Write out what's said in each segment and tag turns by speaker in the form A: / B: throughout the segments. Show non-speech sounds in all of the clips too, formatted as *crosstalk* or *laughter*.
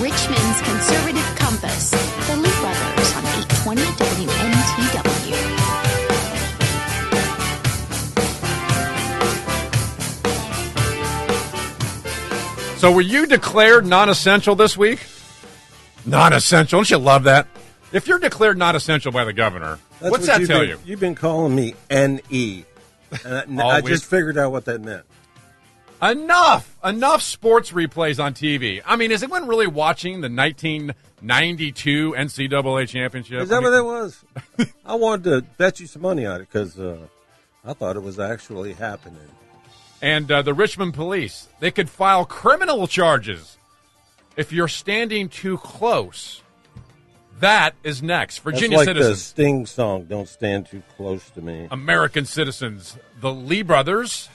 A: Richmond's Conservative Compass, The Lee Brothers on 820 WNTW.
B: So were you declared non-essential this week? Non-essential. Don't you love that? If you're declared not essential by the governor,
C: That's what
B: what's that
C: you've
B: tell
C: been-
B: you?
C: You've been calling me N-E. And
B: All
C: I, I
B: week.
C: just figured out what that meant.
B: Enough, enough sports replays on TV. I mean, is anyone really watching the 1992 NCAA championship?
C: Is that
B: I
C: what
B: mean,
C: that was? I wanted to bet you some money on it because uh, I thought it was actually happening.
B: and uh, the Richmond police, they could file criminal charges if you're standing too close. That is next.
C: That's
B: Virginia
C: like the
B: citizens.
C: Sting song, Don't Stand Too Close to Me.
B: American citizens, the Lee brothers,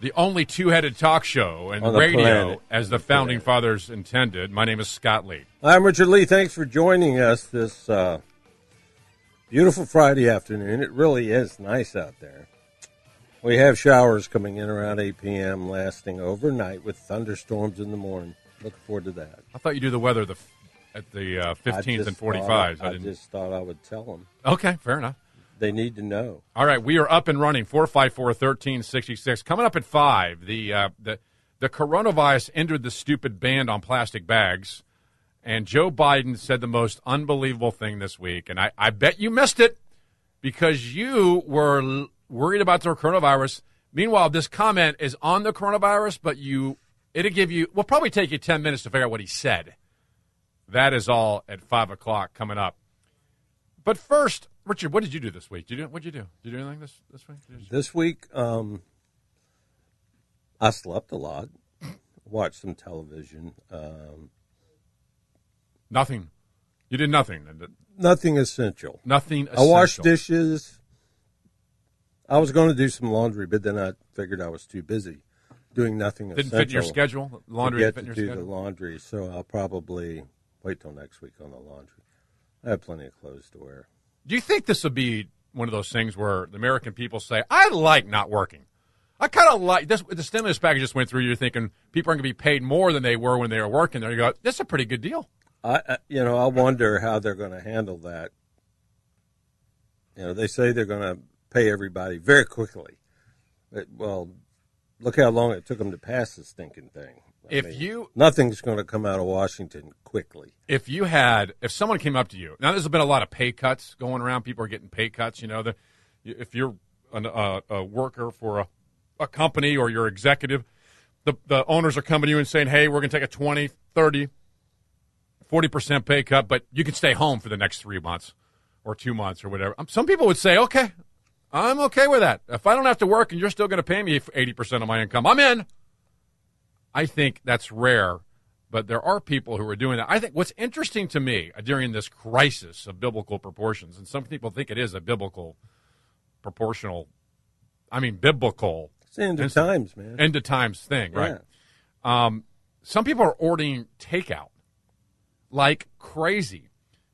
B: the only two-headed talk show and
C: On the
B: radio
C: planet.
B: as the founding fathers intended. My name is Scott Lee.
C: I'm Richard Lee. Thanks for joining us this uh, beautiful Friday afternoon. It really is nice out there. We have showers coming in around 8 p.m., lasting overnight with thunderstorms in the morning. Looking forward to that.
B: I thought you do the weather the f- at the uh,
C: I
B: fifteenth
C: just
B: and
C: thought-
B: forty-five.
C: I, just thought I would tell them.
B: Okay, fair enough.
C: They need to know.
B: All right, we are up and running. Four five four thirteen sixty six. Coming up at five. The uh, the the coronavirus entered the stupid ban on plastic bags, and Joe Biden said the most unbelievable thing this week. And I, I bet you missed it because you were l- worried about the coronavirus. Meanwhile, this comment is on the coronavirus, but you it'll give you. Will probably take you ten minutes to figure out what he said. That is all at five o'clock coming up. But first, Richard, what did you do this week? Did you what'd you do? Did you do anything this this week? Did you-
C: This week, um, I slept a lot, watched some television. Um,
B: Nothing. You did nothing.
C: nothing essential.
B: Nothing.
C: I washed
B: essential.
C: dishes. I was going to do some laundry, but then I figured I was too busy doing nothing
B: Didn't
C: essential.
B: fit in your schedule. Laundry
C: to get
B: didn't fit in
C: to
B: your
C: do
B: schedule.
C: the laundry, so I'll probably wait till next week on the laundry. I have plenty of clothes to wear.
B: Do you think this would be one of those things where the American people say, "I like not working"? I kind of like this. The stimulus package just went through. You're thinking people are going to be paid more than they were when they were working. There, you go. That's a pretty good deal.
C: I, I you know, I wonder how they're going to handle that. You know, they say they're going to pay everybody very quickly. But, well, look how long it took them to pass this stinking thing. I
B: If
C: mean,
B: you-
C: nothing's going to come out of Washington quickly.
B: if you had if someone came up to you now there's been a lot of pay cuts going around people are getting pay cuts you know the, if you're an, uh, a worker for a, a company or you're executive the, the owners are coming to you and saying hey we're going to take a 20 30 40% pay cut but you can stay home for the next three months or two months or whatever Um, some people would say okay i'm okay with that if i don't have to work and you're still going to pay me 80% of my income i'm in I think that's rare, but there are people who are doing that. I think what's interesting to me uh, during this crisis of biblical proportions, and some people think it is a biblical proportional, I mean, biblical
C: It's the end of
B: Yes.
C: times, man.
B: end of times thing,
C: Yeah.
B: right? Um, some people are ordering takeout like crazy,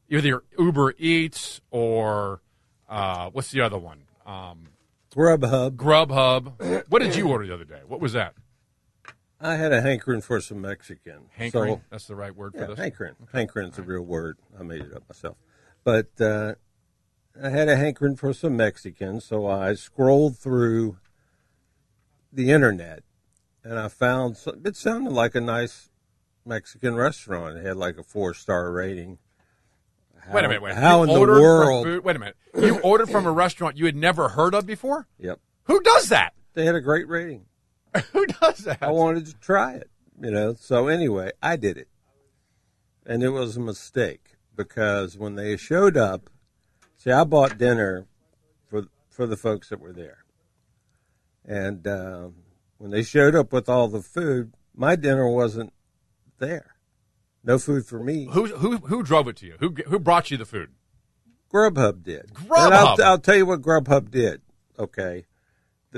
B: either Uber Eats or uh, what's the other one? Um,
C: Grubhub.
B: Grubhub. What did you order the other day? What was that?
C: I had a hankering for some Mexican.
B: Hankering.
C: So,
B: That's the right word for
C: yeah,
B: this.
C: hankering. Hankering's a real word. I made it up myself. But uh, I had a hankering for some Mexican, so I scrolled through the internet and I found some, it sounded like a nice Mexican restaurant. It had like a four star rating. How,
B: Wait a minute. Wait.
C: How
B: You
C: in the
B: ordered from
C: world?
B: food- wait a minute. You ordered from a restaurant you had never heard of before.
C: Yep.
B: Who does that?
C: They had a great rating.
B: Who does that?
C: I wanted to try it, you know. So anyway, I did it. And it was a mistake because when they showed up, see, I bought dinner for for the folks that were there. And um, when they showed up with all the food, my dinner wasn't there. No food for me.
B: Who who who drove it to you? Who who brought you the food?
C: Grubhub did.
B: Grubhub?
C: And I'll, I'll tell you what Grubhub did. Okay.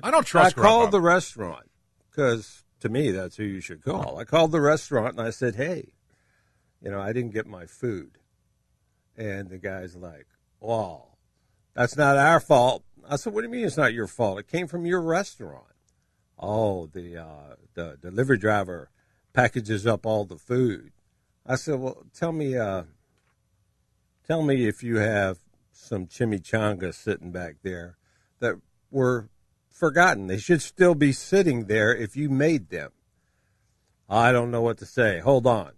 B: I don't trust.
C: I called
B: Grubhub.
C: the restaurant because to me that's who you should call. I called the restaurant and I said, "Hey, you know, I didn't get my food," and the guy's like, "Wow, that's not our fault." I said, "What do you mean it's not your fault? It came from your restaurant." Oh, the uh, the delivery driver packages up all the food. I said, "Well, tell me, uh, tell me if you have some chimichangas sitting back there that were forgotten. They should still be sitting there if you made them." I don't know what to say. Hold on.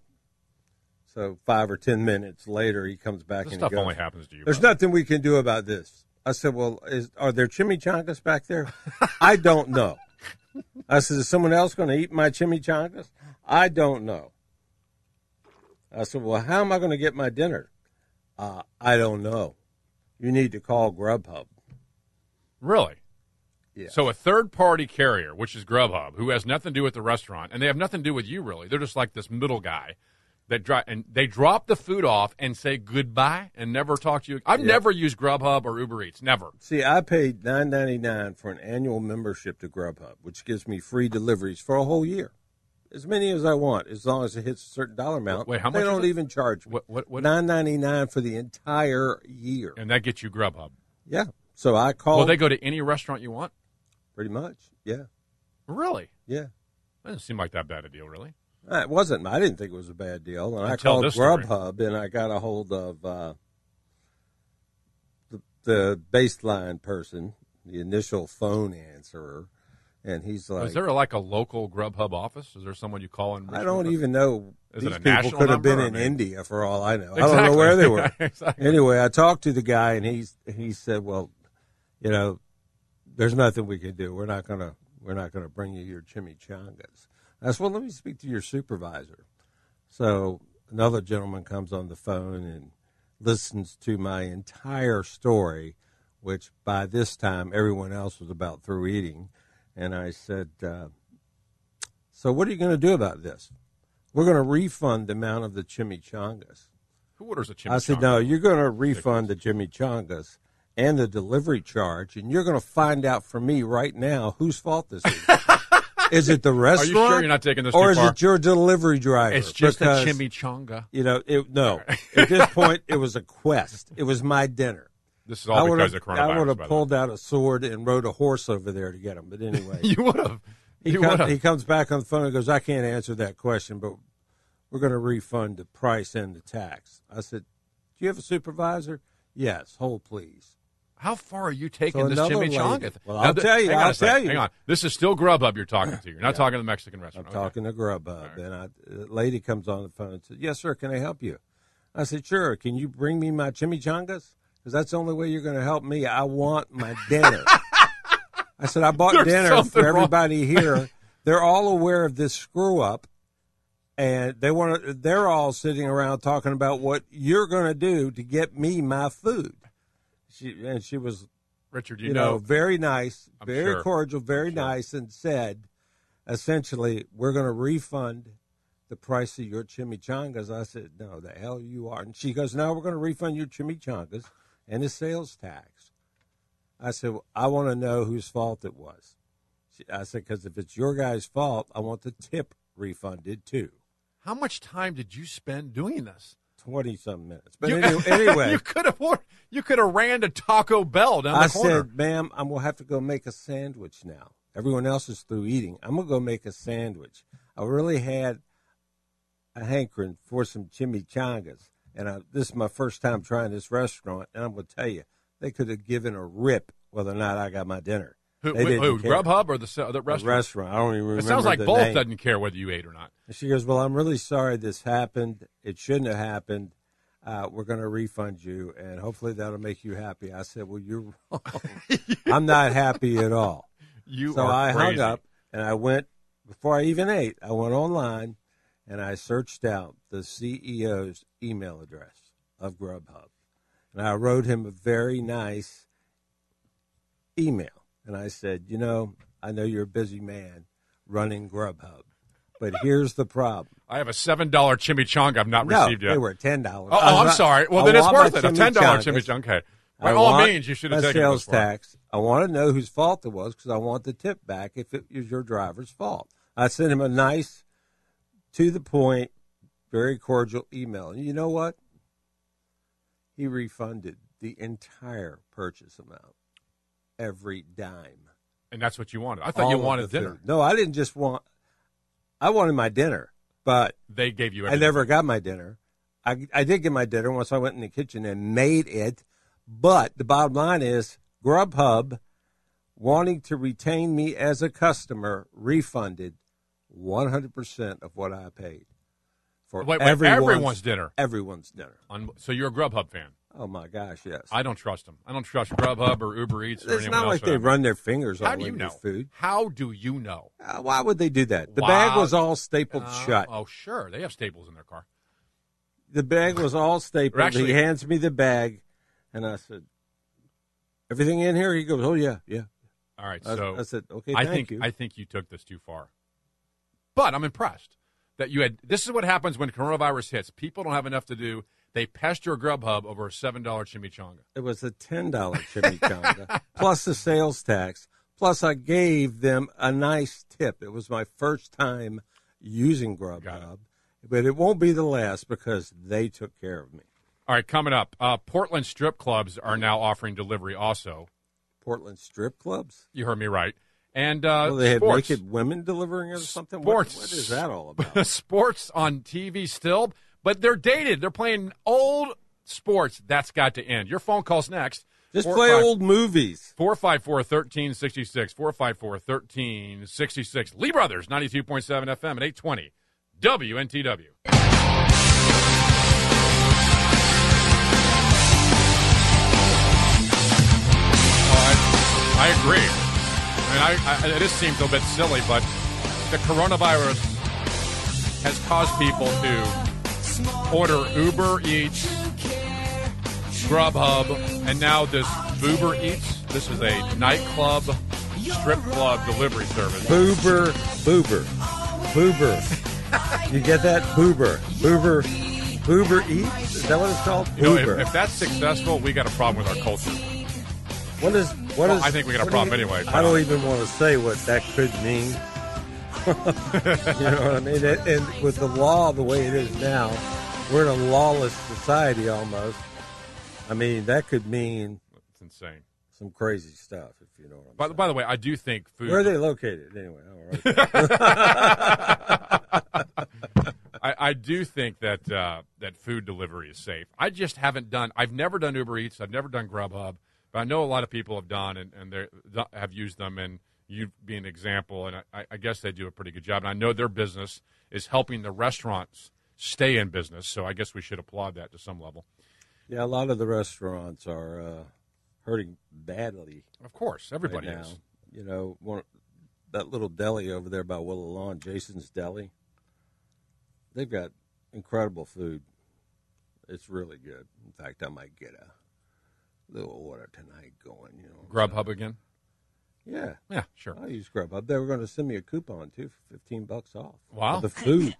C: So five or ten minutes later, he comes back
B: This
C: and he
B: stuff
C: goes,
B: only happens to you.
C: there's
B: brother.
C: nothing we can do about this. I said, Well, is, are there chimichangas back there? I don't know. I said, Is someone else going to eat my chimichangas? I don't know. I said, Well, how am I going to get my dinner? Uh, I don't know. You need to call Grubhub.
B: really.
C: Yeah.
B: So a third party carrier, which is Grubhub, who has nothing to do with the restaurant, and they have nothing to do with you really. They're just like this middle guy that dri and they drop the food off and say goodbye and never talk to you. I've never used Grubhub or Uber Eats, never.
C: See, I paid nine ninety nine for an annual membership to Grubhub, which gives me free deliveries for a whole year, as many as I want, as long as it hits a certain dollar amount.
B: Wait, how
C: they
B: much is
C: don't
B: it?
C: even charge me.
B: What- what- what-
C: Nine ninety nine for the entire year.
B: And that gets you Grubhub.
C: Yeah. So I
B: Will
C: called
B: they go to any restaurant you want?
C: pretty much. Yeah.
B: Really?
C: Yeah.
B: That doesn't seem like that bad a deal, really.
C: Uh, It wasn't. I didn't think it was a bad deal, and I
B: Tell
C: called
B: this story.
C: Grubhub, and I got a hold of uh, the, the baseline person, the initial phone answerer, and he's like,
B: Is there like a local Grubhub office? Is there someone you call
C: I
B: in? Richmond
C: don't
B: or-
C: even know.
B: Is it
C: These
B: a
C: people
B: national
C: could have
B: number,
C: been
B: or
C: in
B: maybe-
C: India for all I know. I don't know
B: Exactly.
C: where they
B: *laughs*
C: were.
B: Exactly.
C: Anyway, I talked to the guy, and he's he said, "Well, you know, there's nothing we can do. We're not gonna we're not gonna bring you your chimichangas." I said, "Well, let me speak to your supervisor." So another gentleman comes on the phone and listens to my entire story, which by this time everyone else was about through eating, and I said. Uh, so what are you going to do about this? We're going to refund the amount of the chimichangas.
B: Who orders a chimichanga?
C: I said, no, you're going to refund the chimichangas and the delivery charge, and you're going to find out for me right now whose fault this
B: *laughs*
C: is. is it the
B: Are you
C: restaurant?
B: sure you're not taking this
C: or
B: too
C: is
B: far?
C: it your delivery driver?
B: It's just
C: Because,
B: a chimichanga.
C: You know, it, no. At this point, it was a quest. It was my dinner.
B: This is all
C: I would
B: because
C: have,
B: of coronavirus.
C: I would have
B: by the way.
C: pulled out a sword and rode a horse over there to get him. But anyway,
B: *laughs* You would have.
C: *laughs* He,
B: You
C: come-
B: would have.
C: he comes back on the phone and goes, I can't answer that question, but we're going to refund the price and the tax. I said, Do you have a supervisor? Yes, hold please.
B: How far are you taking
C: So
B: this
C: another
B: chimichanga?
C: lady-
B: thing?
C: Well, I'll
B: th-
C: tell you,
B: hang on a
C: I'll
B: second,
C: tell you.
B: Hang on. This is still Grubhub you're talking to. You're not talking to the Mexican
C: I'm
B: restaurant. Okay.
C: talking to Grubhub, and I, the lady comes on the phone and says, Yes, sir, can I help you? I said, Sure, can you bring me my chimichangas? Because that's the only way you're going to help me. I want my dinner. I said, I bought
B: There's
C: dinner
B: something
C: for
B: wrong.
C: everybody here. They're all aware of this screw up, and they want to. They're all sitting around talking about what you're going to do to get me my food. She and she was,
B: Richard,
C: you,
B: you,
C: know, very nice,
B: I'm
C: very
B: sure.
C: cordial, very
B: sure.
C: nice, and said, essentially, we're going to refund the price of your chimichangas. I said, no, the hell you are. And she goes, no, we're going to refund your chimichangas and the sales tax. I said, well, I want to know whose fault it was. She, I said, because if it's your guy's fault, I want the tip refunded too.
B: How much time did you spend doing this?
C: 20 some minutes. But
B: You-
C: anyway, anyway
B: *laughs* you could have ordered, you could have ran to Taco Bell down the
C: I
B: corner.
C: said, ma'am, I'm going to have to go make a sandwich now. Everyone else is through eating. I'm going to go make a sandwich. I really had a hankering for some chimichangas. And I, this is my first time trying this restaurant. And I'm going to tell you, they could have given a rip whether or not I got my dinner.
B: who,
C: they didn't
B: who,
C: care.
B: Grubhub or the, se- the
C: The
B: restaurant?
C: restaurant. I don't even
B: It
C: remember.
B: sounds like
C: the
B: both
C: name.
B: doesn't care whether you ate or not.
C: And she goes, Well, I'm really sorry this happened. It shouldn't have happened. Uh, we're going to refund you, and hopefully that'll make you happy. I said, Well, you're *laughs* wrong. I'm not happy at all.
B: You
C: so
B: are
C: I hung
B: crazy.
C: up and I went, before I even ate, I went online and I searched out the CEO's email address of Grubhub. And I wrote him a very nice email. And I said, You know, I know you're a busy man running Grubhub, but here's the problem.
B: I have a seven dollar chimichanga I've not
C: No,
B: received yet.
C: they were ten dollars.
B: Oh, oh, I'm sorry. Well, then it's worth it. A ten dollar chimichanga. Okay. By all means, you should have taken
C: sales
B: this one.
C: tax. I want to know whose fault it was because I want the tip back if it was your driver's fault. I sent him a nice, to the point, very cordial email. And you know what? He refunded the entire purchase amount, every dime.
B: and that's what you wanted. I thought
C: All
B: you
C: of
B: wanted
C: the
B: dinner.
C: food. No, I didn't just want. I wanted my dinner, but but
B: They gave you
C: I
B: everything.
C: never got my dinner. I, I did get my dinner once I went in the kitchen and made it. But the bottom line is Grubhub, wanting to retain me as a customer, refunded 100% of what I paid for
B: Wait, wait,
C: everyone's,
B: everyone's dinner.
C: Everyone's dinner.
B: Un- So you're a Grubhub fan.
C: Oh my gosh, yes.
B: I don't trust them. I don't trust Grubhub or Uber Eats or
C: it's
B: anyone
C: not
B: else.
C: like
B: that
C: they
B: I-
C: run their fingers
B: How
C: all
B: do you
C: over
B: know?
C: food.
B: How do you know?
C: Uh, why would they do that? The
B: Wow.
C: bag was all stapled
B: Uh,
C: shut.
B: Oh, sure. They have staples in their car.
C: The bag was all stapled.
B: Actually-
C: he hands me the bag, and I said, "Everything in here?" He goes, "Oh yeah, yeah."
B: All right.
C: I,
B: So
C: I said, "Okay,
B: I
C: thank
B: think
C: you."
B: I think you took this too far. But I'm impressed that you had. This is what happens when coronavirus hits. People don't have enough to do. They pester Grubhub over a seven dollar chimichanga.
C: it was a ten dollar
B: *laughs*
C: chimichanga plus the sales tax. Plus, I gave them a nice tip. It was my first time using Grubhub, but it won't be the last because they took care of me.
B: All right, coming up, uh, Portland strip clubs are now offering delivery. Also,
C: Portland strip clubs.
B: you heard me right. And uh,
C: Well, they had
B: sports.
C: naked women delivering or something.
B: Sports.
C: What, what is that all about?
B: *laughs* sports on TV still, but they're dated. They're playing old sports. That's got to end. Your phone calls next.
C: Just
B: Four,
C: play
B: five-
C: old movies.
B: 454 1366. 454 1366. Lee Brothers, 92.7 FM at 820. WNTW. I, I agree. I mean, I, I, this seems a bit silly, but the coronavirus has caused people to order Uber Eats, Grubhub, and now this Uber Eats. This is a nightclub, strip club delivery service.
C: Boober, boober, boober. you get that? Boober, boober, boober eats? Is that what it's called?
B: You know, if,
C: Boober.
B: if that's successful, we got a problem with our culture.
C: what is? What
B: Well,
C: is-
B: I think we got a
C: what
B: problem
C: do you-
B: anyway,
C: I don't even want to say what that could
B: *laughs*
C: mean. you know what I mean? And, and with the law the way it is now, we're in a lawless society almost. I mean, that could mean
B: It's insane.
C: some crazy stuff, if you know what I'm
B: By,
C: saying.
B: by the way, I do think food.
C: Where are they located anyway? All right.
B: I, I do think that uh, that food delivery is safe. I just haven't done. I've never done Uber Eats. I've never done Grubhub, but I know a lot of people have done and and they have used them. And you be an example. And I, I guess they do a pretty good job. And I know their business is helping the restaurants stay in business. So I guess we should applaud that to some level.
C: Yeah, a lot of the restaurants are uh, hurting badly
B: Of course, everybody
C: right now.
B: is.
C: You know, one, that little deli over there by Willow Lawn, Jason's Deli. They've got incredible food. It's really good. In fact, I might get a little order tonight going. You know,
B: Grubhub again.
C: Yeah,
B: Yeah, sure.
C: I use Grubhub. They were going to send me a coupon too for fifteen bucks off.
B: Wow.
C: of the food.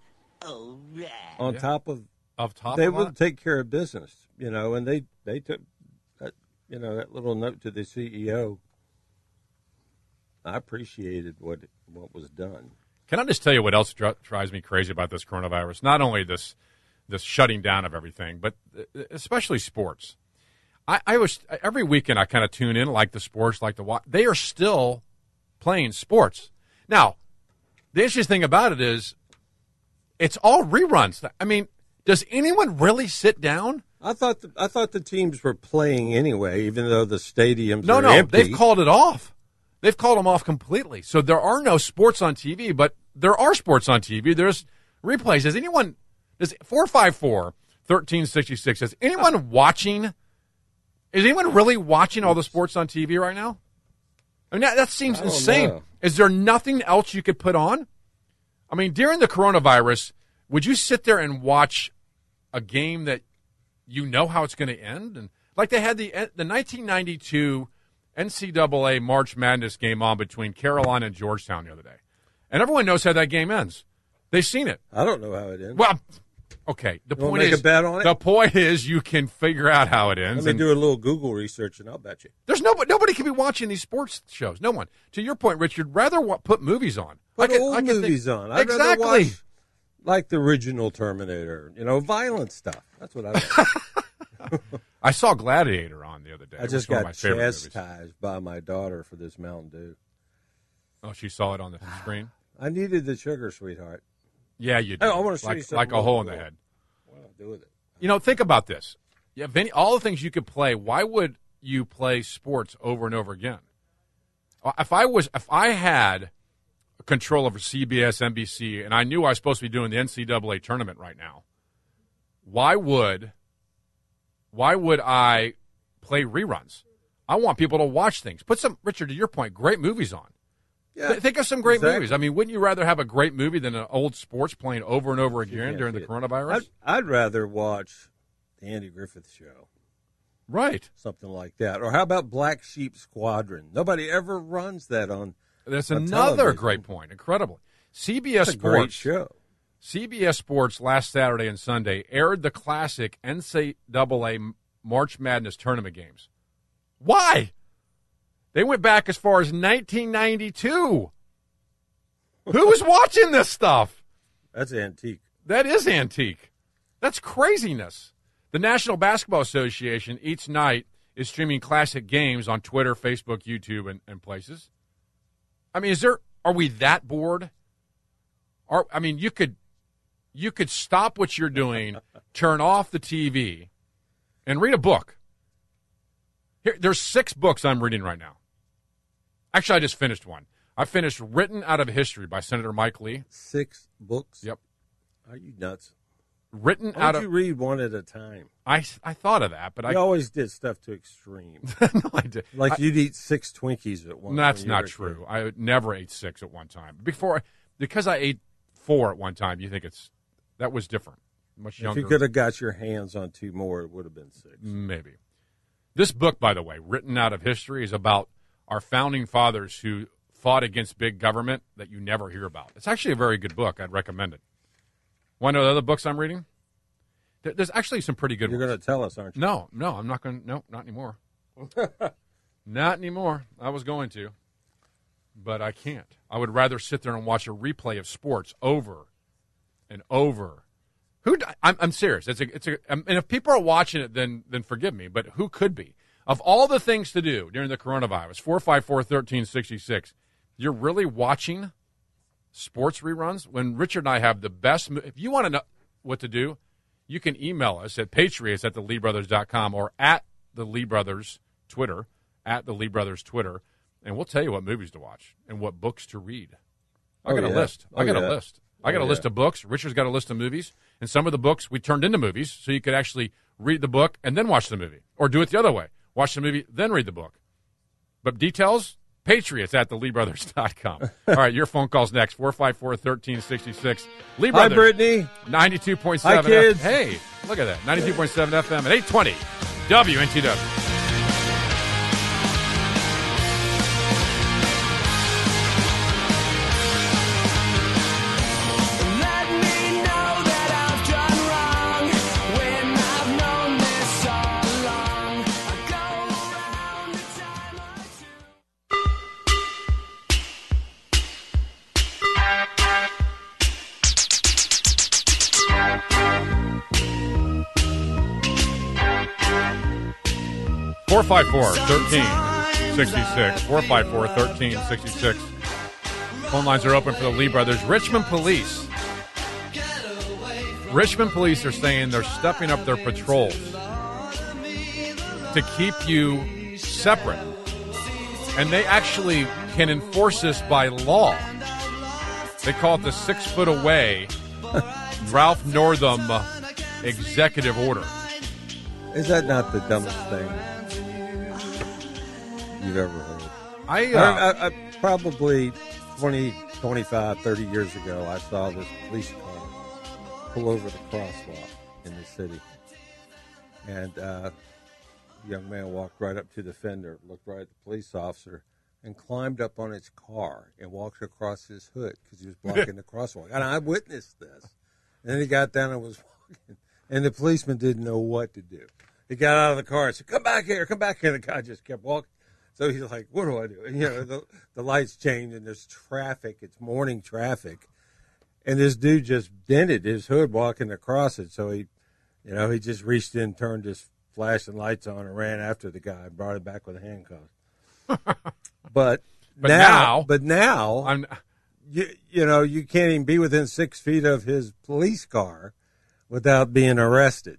C: On top of
B: Of top,
C: they
B: of
C: will
B: lot?
C: take care of business, you know, and they they took that you know that little note to the CEO. I appreciated what what was done.
B: Can I just tell you what else dri- drives me crazy about this coronavirus? Not only this this shutting down of everything, but uh, especially sports. I, I was every weekend I kind of tune in, like the sports, like the watch. They are still playing sports. Now, the interesting thing about it is, it's all reruns. I mean, does anyone really sit down?
C: I thought the, I thought the teams were playing anyway, even though the stadiums
B: No,
C: are
B: no,
C: empty.
B: they've called it off. They've called them off completely. So there are no sports on TV, but there are sports on TV. There's replays. Is anyone does 454 1366 is anyone watching is anyone really watching all the sports on TV right now? I mean that, that seems
C: I don't
B: insane.
C: know.
B: Is there nothing else you could put on? I mean, during the coronavirus, would you sit there and watch a game that you know how it's going to end? And like they had the eh, the 1992 NCAA March Madness game on between Carolina and Georgetown the other day, and everyone knows how that game ends. They've seen it.
C: I don't know how it ends.
B: Well, okay. The
C: wanna
B: point
C: make
B: is,
C: a bet on it?
B: the point is, you can figure out how it ends.
C: Let me
B: and-
C: do a little Google research, and I'll bet you.
B: there's nobody. Nobody can be watching these sports shows. No one. To your point, Richard, rather wa- put movies on.
C: Put
B: I can-
C: old
B: I can think-
C: movies on. I'd rather
B: exactly.
C: watch, like the original Terminator. You know, violent stuff. That's what I.
B: *laughs*
C: Like.
B: I saw Gladiator on the other day.
C: I just
B: It's one of
C: got
B: my favorite movies.
C: chastised by my daughter for this Mountain Dew. *sighs*
B: Oh, she saw it on the screen.
C: I needed the sugar, sweetheart.
B: Yeah, you do.
C: Hey, I wanna show
B: like,
C: you something
B: like a
C: really
B: hole in the
C: cool.
B: head.
C: What do I do with it?
B: You know, think about this. Yeah, Vinny, all the things you could play. Why would you play sports over and over again? Uh, If I was, if I had control over CBS, NBC, and I knew I was supposed to be doing the NCAA tournament right now, why would, why would I play reruns? I want people to watch things. Put some Richard, to your point, great movies on.
C: Yeah.
B: Th- Think of some great
C: Exactly.
B: movies. I mean, wouldn't you rather have a great movie than an old sports playing over and over again
C: Yeah,
B: during the
C: yeah.
B: coronavirus?
C: I'd, I'd rather watch the Andy Griffith Show,
B: right.
C: something like that. Or how about Black Sheep Squadron? Nobody ever runs that on
B: That's
C: on
B: another
C: television.
B: great point. Incredible. CBS
C: That's a great
B: Sports.
C: show.
B: CBS Sports last Saturday and Sunday aired the classic NCAA March Madness tournament games. Why? They went back as far as 1992. Who was watching this stuff?
C: That's antique.
B: That is antique. That's craziness. The National Basketball Association each night is streaming classic games on Twitter, Facebook, YouTube, and, and places. I mean, is there are we that bored? Are I mean, you could you could stop what you're doing, turn off the TV, and read a book. Here, there's six books I'm reading right now. Actually, I just finished one. I finished "Written Out of History" by Senator Mike Lee.
C: Six books.
B: Yep.
C: Are you nuts?
B: Written
C: Why
B: out
C: don't
B: of
C: you read one at a time?
B: I, I thought of that, but I
C: you always did stuff to extreme.
B: *laughs* no, I did.
C: Like you'd eat six Twinkies at once.
B: That's
C: when you were
B: not
C: a kid.
B: true. I never ate six at one time. Before, because I ate four at one time. You think it's that was different? Much
C: If
B: younger,
C: you could have got your hands on two more, it would have been six.
B: maybe. This book, by the way, written out of history, is about our founding fathers who fought against big government that you never hear about. It's actually a very good book. I'd recommend it. One of the other books I'm reading. There- There's actually some pretty good
C: You're
B: ones.
C: going to tell us, aren't you?
B: No, no, I'm not going. to No, not anymore. not anymore. I was going to, but I can't. I would rather sit there and watch a replay of sports over and over. Who? d- I'm, I'm serious. It's a. It's a. um, And if people are watching it, then then forgive me. But who could be? Of all the things to do during the coronavirus, four five four thirteen sixty six. You're really watching sports reruns when Richard and I have the best. mo- If you want to know what to do, you can email us at patriots at the com or at the Lee Brothers Twitter, at the Lee Brothers Twitter, and we'll tell you what movies to watch and what books to read. I
C: Oh,
B: got a
C: yeah.
B: list. I
C: Oh,
B: got a
C: yeah.
B: list. I got
C: Oh,
B: a list
C: yeah.
B: of books. Richard's got a list of movies, and some of the books we turned into movies, so you could actually read the book and then watch the movie, or do it the other way: watch the movie then read the book. But details, Patriots at the
C: *laughs*
B: com. All right, your phone calls next 454 1366. Lee
C: Hi,
B: Brothers.
C: Brittany.
B: 92.7
C: Hi, kids.
B: F- hey, look at that. 92.7 FM at 820 WNTW.
D: Let me know that I've done wrong when I've known this all along. I go around the time I choose.
B: four five four thirteen sixty six four five four thirteen sixty six. Phone lines are open for the Lee brothers. Richmond police. Richmond police are saying they're stepping up their patrols to keep you separate. And they actually can enforce this by law. They call it the six foot away *laughs* Ralph Northam uh, executive order.
C: Is that not the dumbest thing you've ever heard?
B: I, uh,
C: I, I, I probably 20, 25, 30 years ago, I saw this police car pull over the crosswalk in the city. And uh, a young man walked right up to the fender, looked right at the police officer, and climbed up on his car and walked across his hood because he was blocking the crosswalk. And I witnessed this. And then he got down and was *laughs* walking. And the policeman didn't know what to do. He got out of the car and said, Come back here, come back here. The guy just kept walking. So he's like, What do I do? And, you know, the, the lights change and there's traffic. It's morning traffic. And this dude just dented his hood walking across it. So he, you know, he just reached in, turned his flashing lights on, and ran after the guy and brought him back with handcuffs. but,
B: But now-
C: but now,
B: I'm,
C: you, you know, you can't even be within six feet of his police car without being arrested.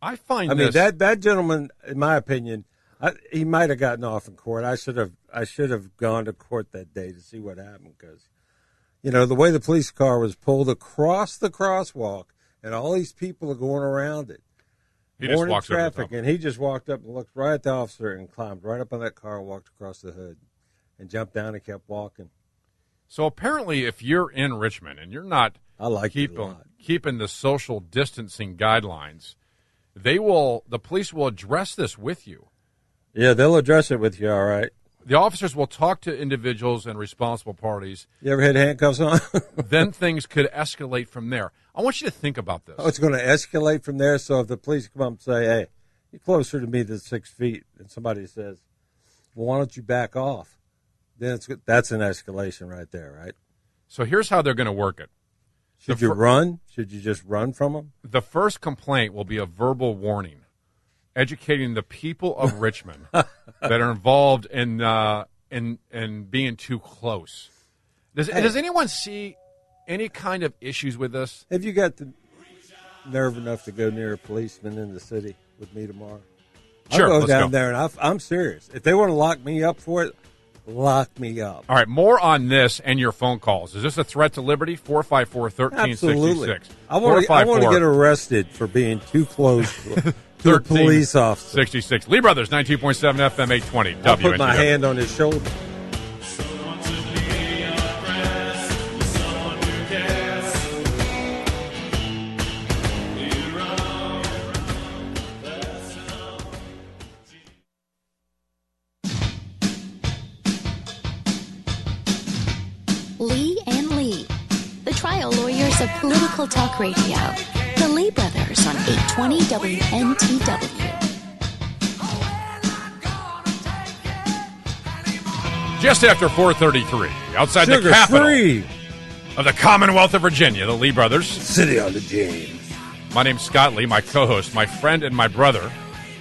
B: I find
C: I mean
B: this-
C: that that gentleman, in my opinion, I, he might have gotten off in court. I should have I should have gone to court that day to see what happened because, you know, the way the police car was pulled across the crosswalk and all these people are going around it,
B: he just
C: warning
B: walks over the
C: traffic,
B: top.
C: and he just walked up and looked right at the officer and climbed right up on that car, and walked across the hood, and jumped down and kept walking.
B: So apparently, if you're in Richmond and you're not
C: I like it a
B: keeping
C: lot.
B: keeping the social distancing guidelines, they will the police will address this with you.
C: Yeah, they'll address it with you, all right.
B: The officers will talk to individuals and responsible
C: *laughs*
B: parties.
C: You ever had handcuffs on? *laughs*
B: then things could escalate from there. I want you to think about this.
C: oh, it's going to escalate from there. So if the police come up and say, "Hey, you're closer to me than six feet," and somebody says, "Well, why don't you back off?" Then it's that's an escalation right there, right?
B: So here's how they're going to work it.
C: Should
B: The
C: you
B: fir-
C: run? Should you just run from them?
B: The first complaint will be a verbal warning, educating the people
C: *laughs*
B: of Richmond that are involved in uh, in in being too close. Does does anyone see any kind of issues with this?
C: Have you got the nerve enough to go near a policeman in the city with me tomorrow?
B: Sure,
C: I'll go
B: let's
C: down
B: go.
C: there, and i I'm serious. If they want to lock me up for it, lock me up.
B: All right, more on this and your phone calls. Is this a threat to liberty? 454
C: Absolutely.
B: 1366.
C: I want to. I want to get arrested for being too close
B: *laughs*
C: to, to a police officer.
B: 66. Lee Brothers, 19.7 FM 820.
C: I put my
B: WNTW.
C: hand on his shoulder.
A: Lee and Lee, the trial lawyers of political talk radio. The Lee Brothers on 820 WNTW.
B: Just after 4:33, outside the
C: Sugar
B: capital
C: free
B: of the Commonwealth of Virginia, the Lee brothers.
C: city on the James.
B: My name's Scott Lee, my co-host, my friend, and my brother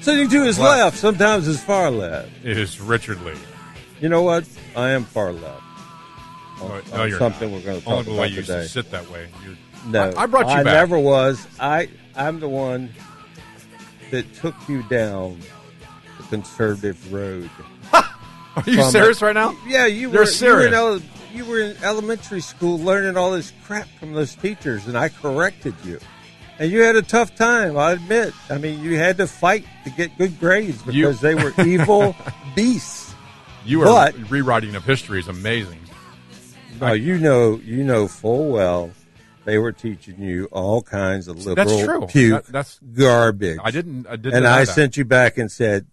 C: Sitting to his left, sometimes his far left.
B: is Richard Lee.
C: Oh, You know what? I am far left.
B: No,
C: on oh, something we're gonna talk
B: Only the way
C: about
B: you used
C: today.
B: to sit that way. You're-
C: No,
B: I, I brought you
C: I
B: back.
C: never was. I I'm the one that took you down the conservative road.
B: *laughs* Are you
C: from-
B: serious right now?
C: Yeah, you
B: You're
C: were
B: serious.
C: You were, in ele- you were in elementary school learning all this crap from those teachers, and I corrected you. And you had a tough time, I admit. I mean, you had to fight to get good grades because
B: You-
C: they were
B: *laughs*
C: evil beasts.
B: You are
C: But-
B: rewriting of history is amazing.
C: Now you know, you know full well they were teaching you all kinds of liberal
B: true.
C: puke
B: That- that's-
C: garbage.
B: I didn't. I didn't.
C: and
B: deny
C: I
B: that.
C: sent you back and said,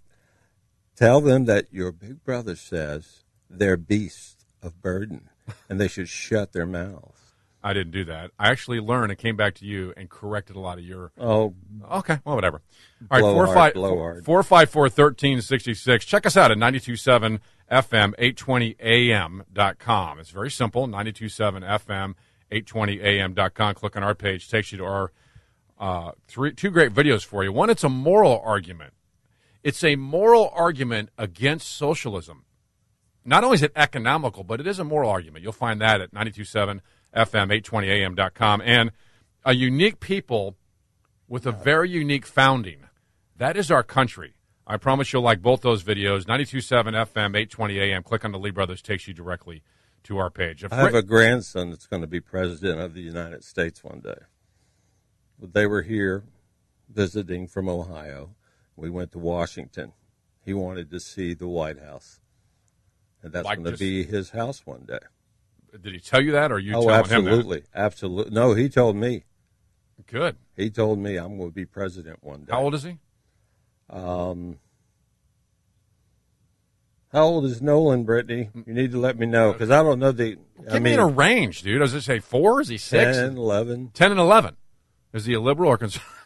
C: "Tell them that your big brother says they're beasts of burden, and they should shut their mouths."
B: I didn't do that. I actually learned and came back to you and corrected a lot of your
C: Oh,
B: Okay, well, whatever. All right,
C: Blow
B: four
C: hard,
B: five
C: blow
B: four
C: hard.
B: four five four thirteen sixty six. Check us out at ninety two seven FM eight twenty AM dot com. It's very simple. Ninety two seven FM eight twenty AM dot com. Click on our page, takes you to our uh, three two great videos for you. One, it's a moral argument. It's a moral argument against socialism. Not only is it economical, but it is a moral argument. You'll find that at 927 FM 820am.com. And a unique people with a very unique founding. That is our country. I promise you'll like both those videos. 927 FM 820am. Click on the Lee Brothers, takes you directly to our page. If
C: I have
B: Ri-
C: a grandson that's going to be president of the United States one day. They were here visiting from Ohio. We went to Washington. He wanted to see the White House, and that's
B: Like
C: going to
B: just-
C: be his house one day.
B: did he tell you that or you
C: Oh,
B: telling him that?
C: absolutely, absolutely. No, he told me.
B: Good.
C: He told me I'm going to be president one day.
B: How old is he?
C: Um, how old is Nolan, Brittany? You need to let me know because I don't know the.
B: Give
C: I
B: me
C: mean,
B: a range, dude. Does it say four? Is he six?
C: 10, 11,
B: 10 and 11. Is he a liberal or conservative?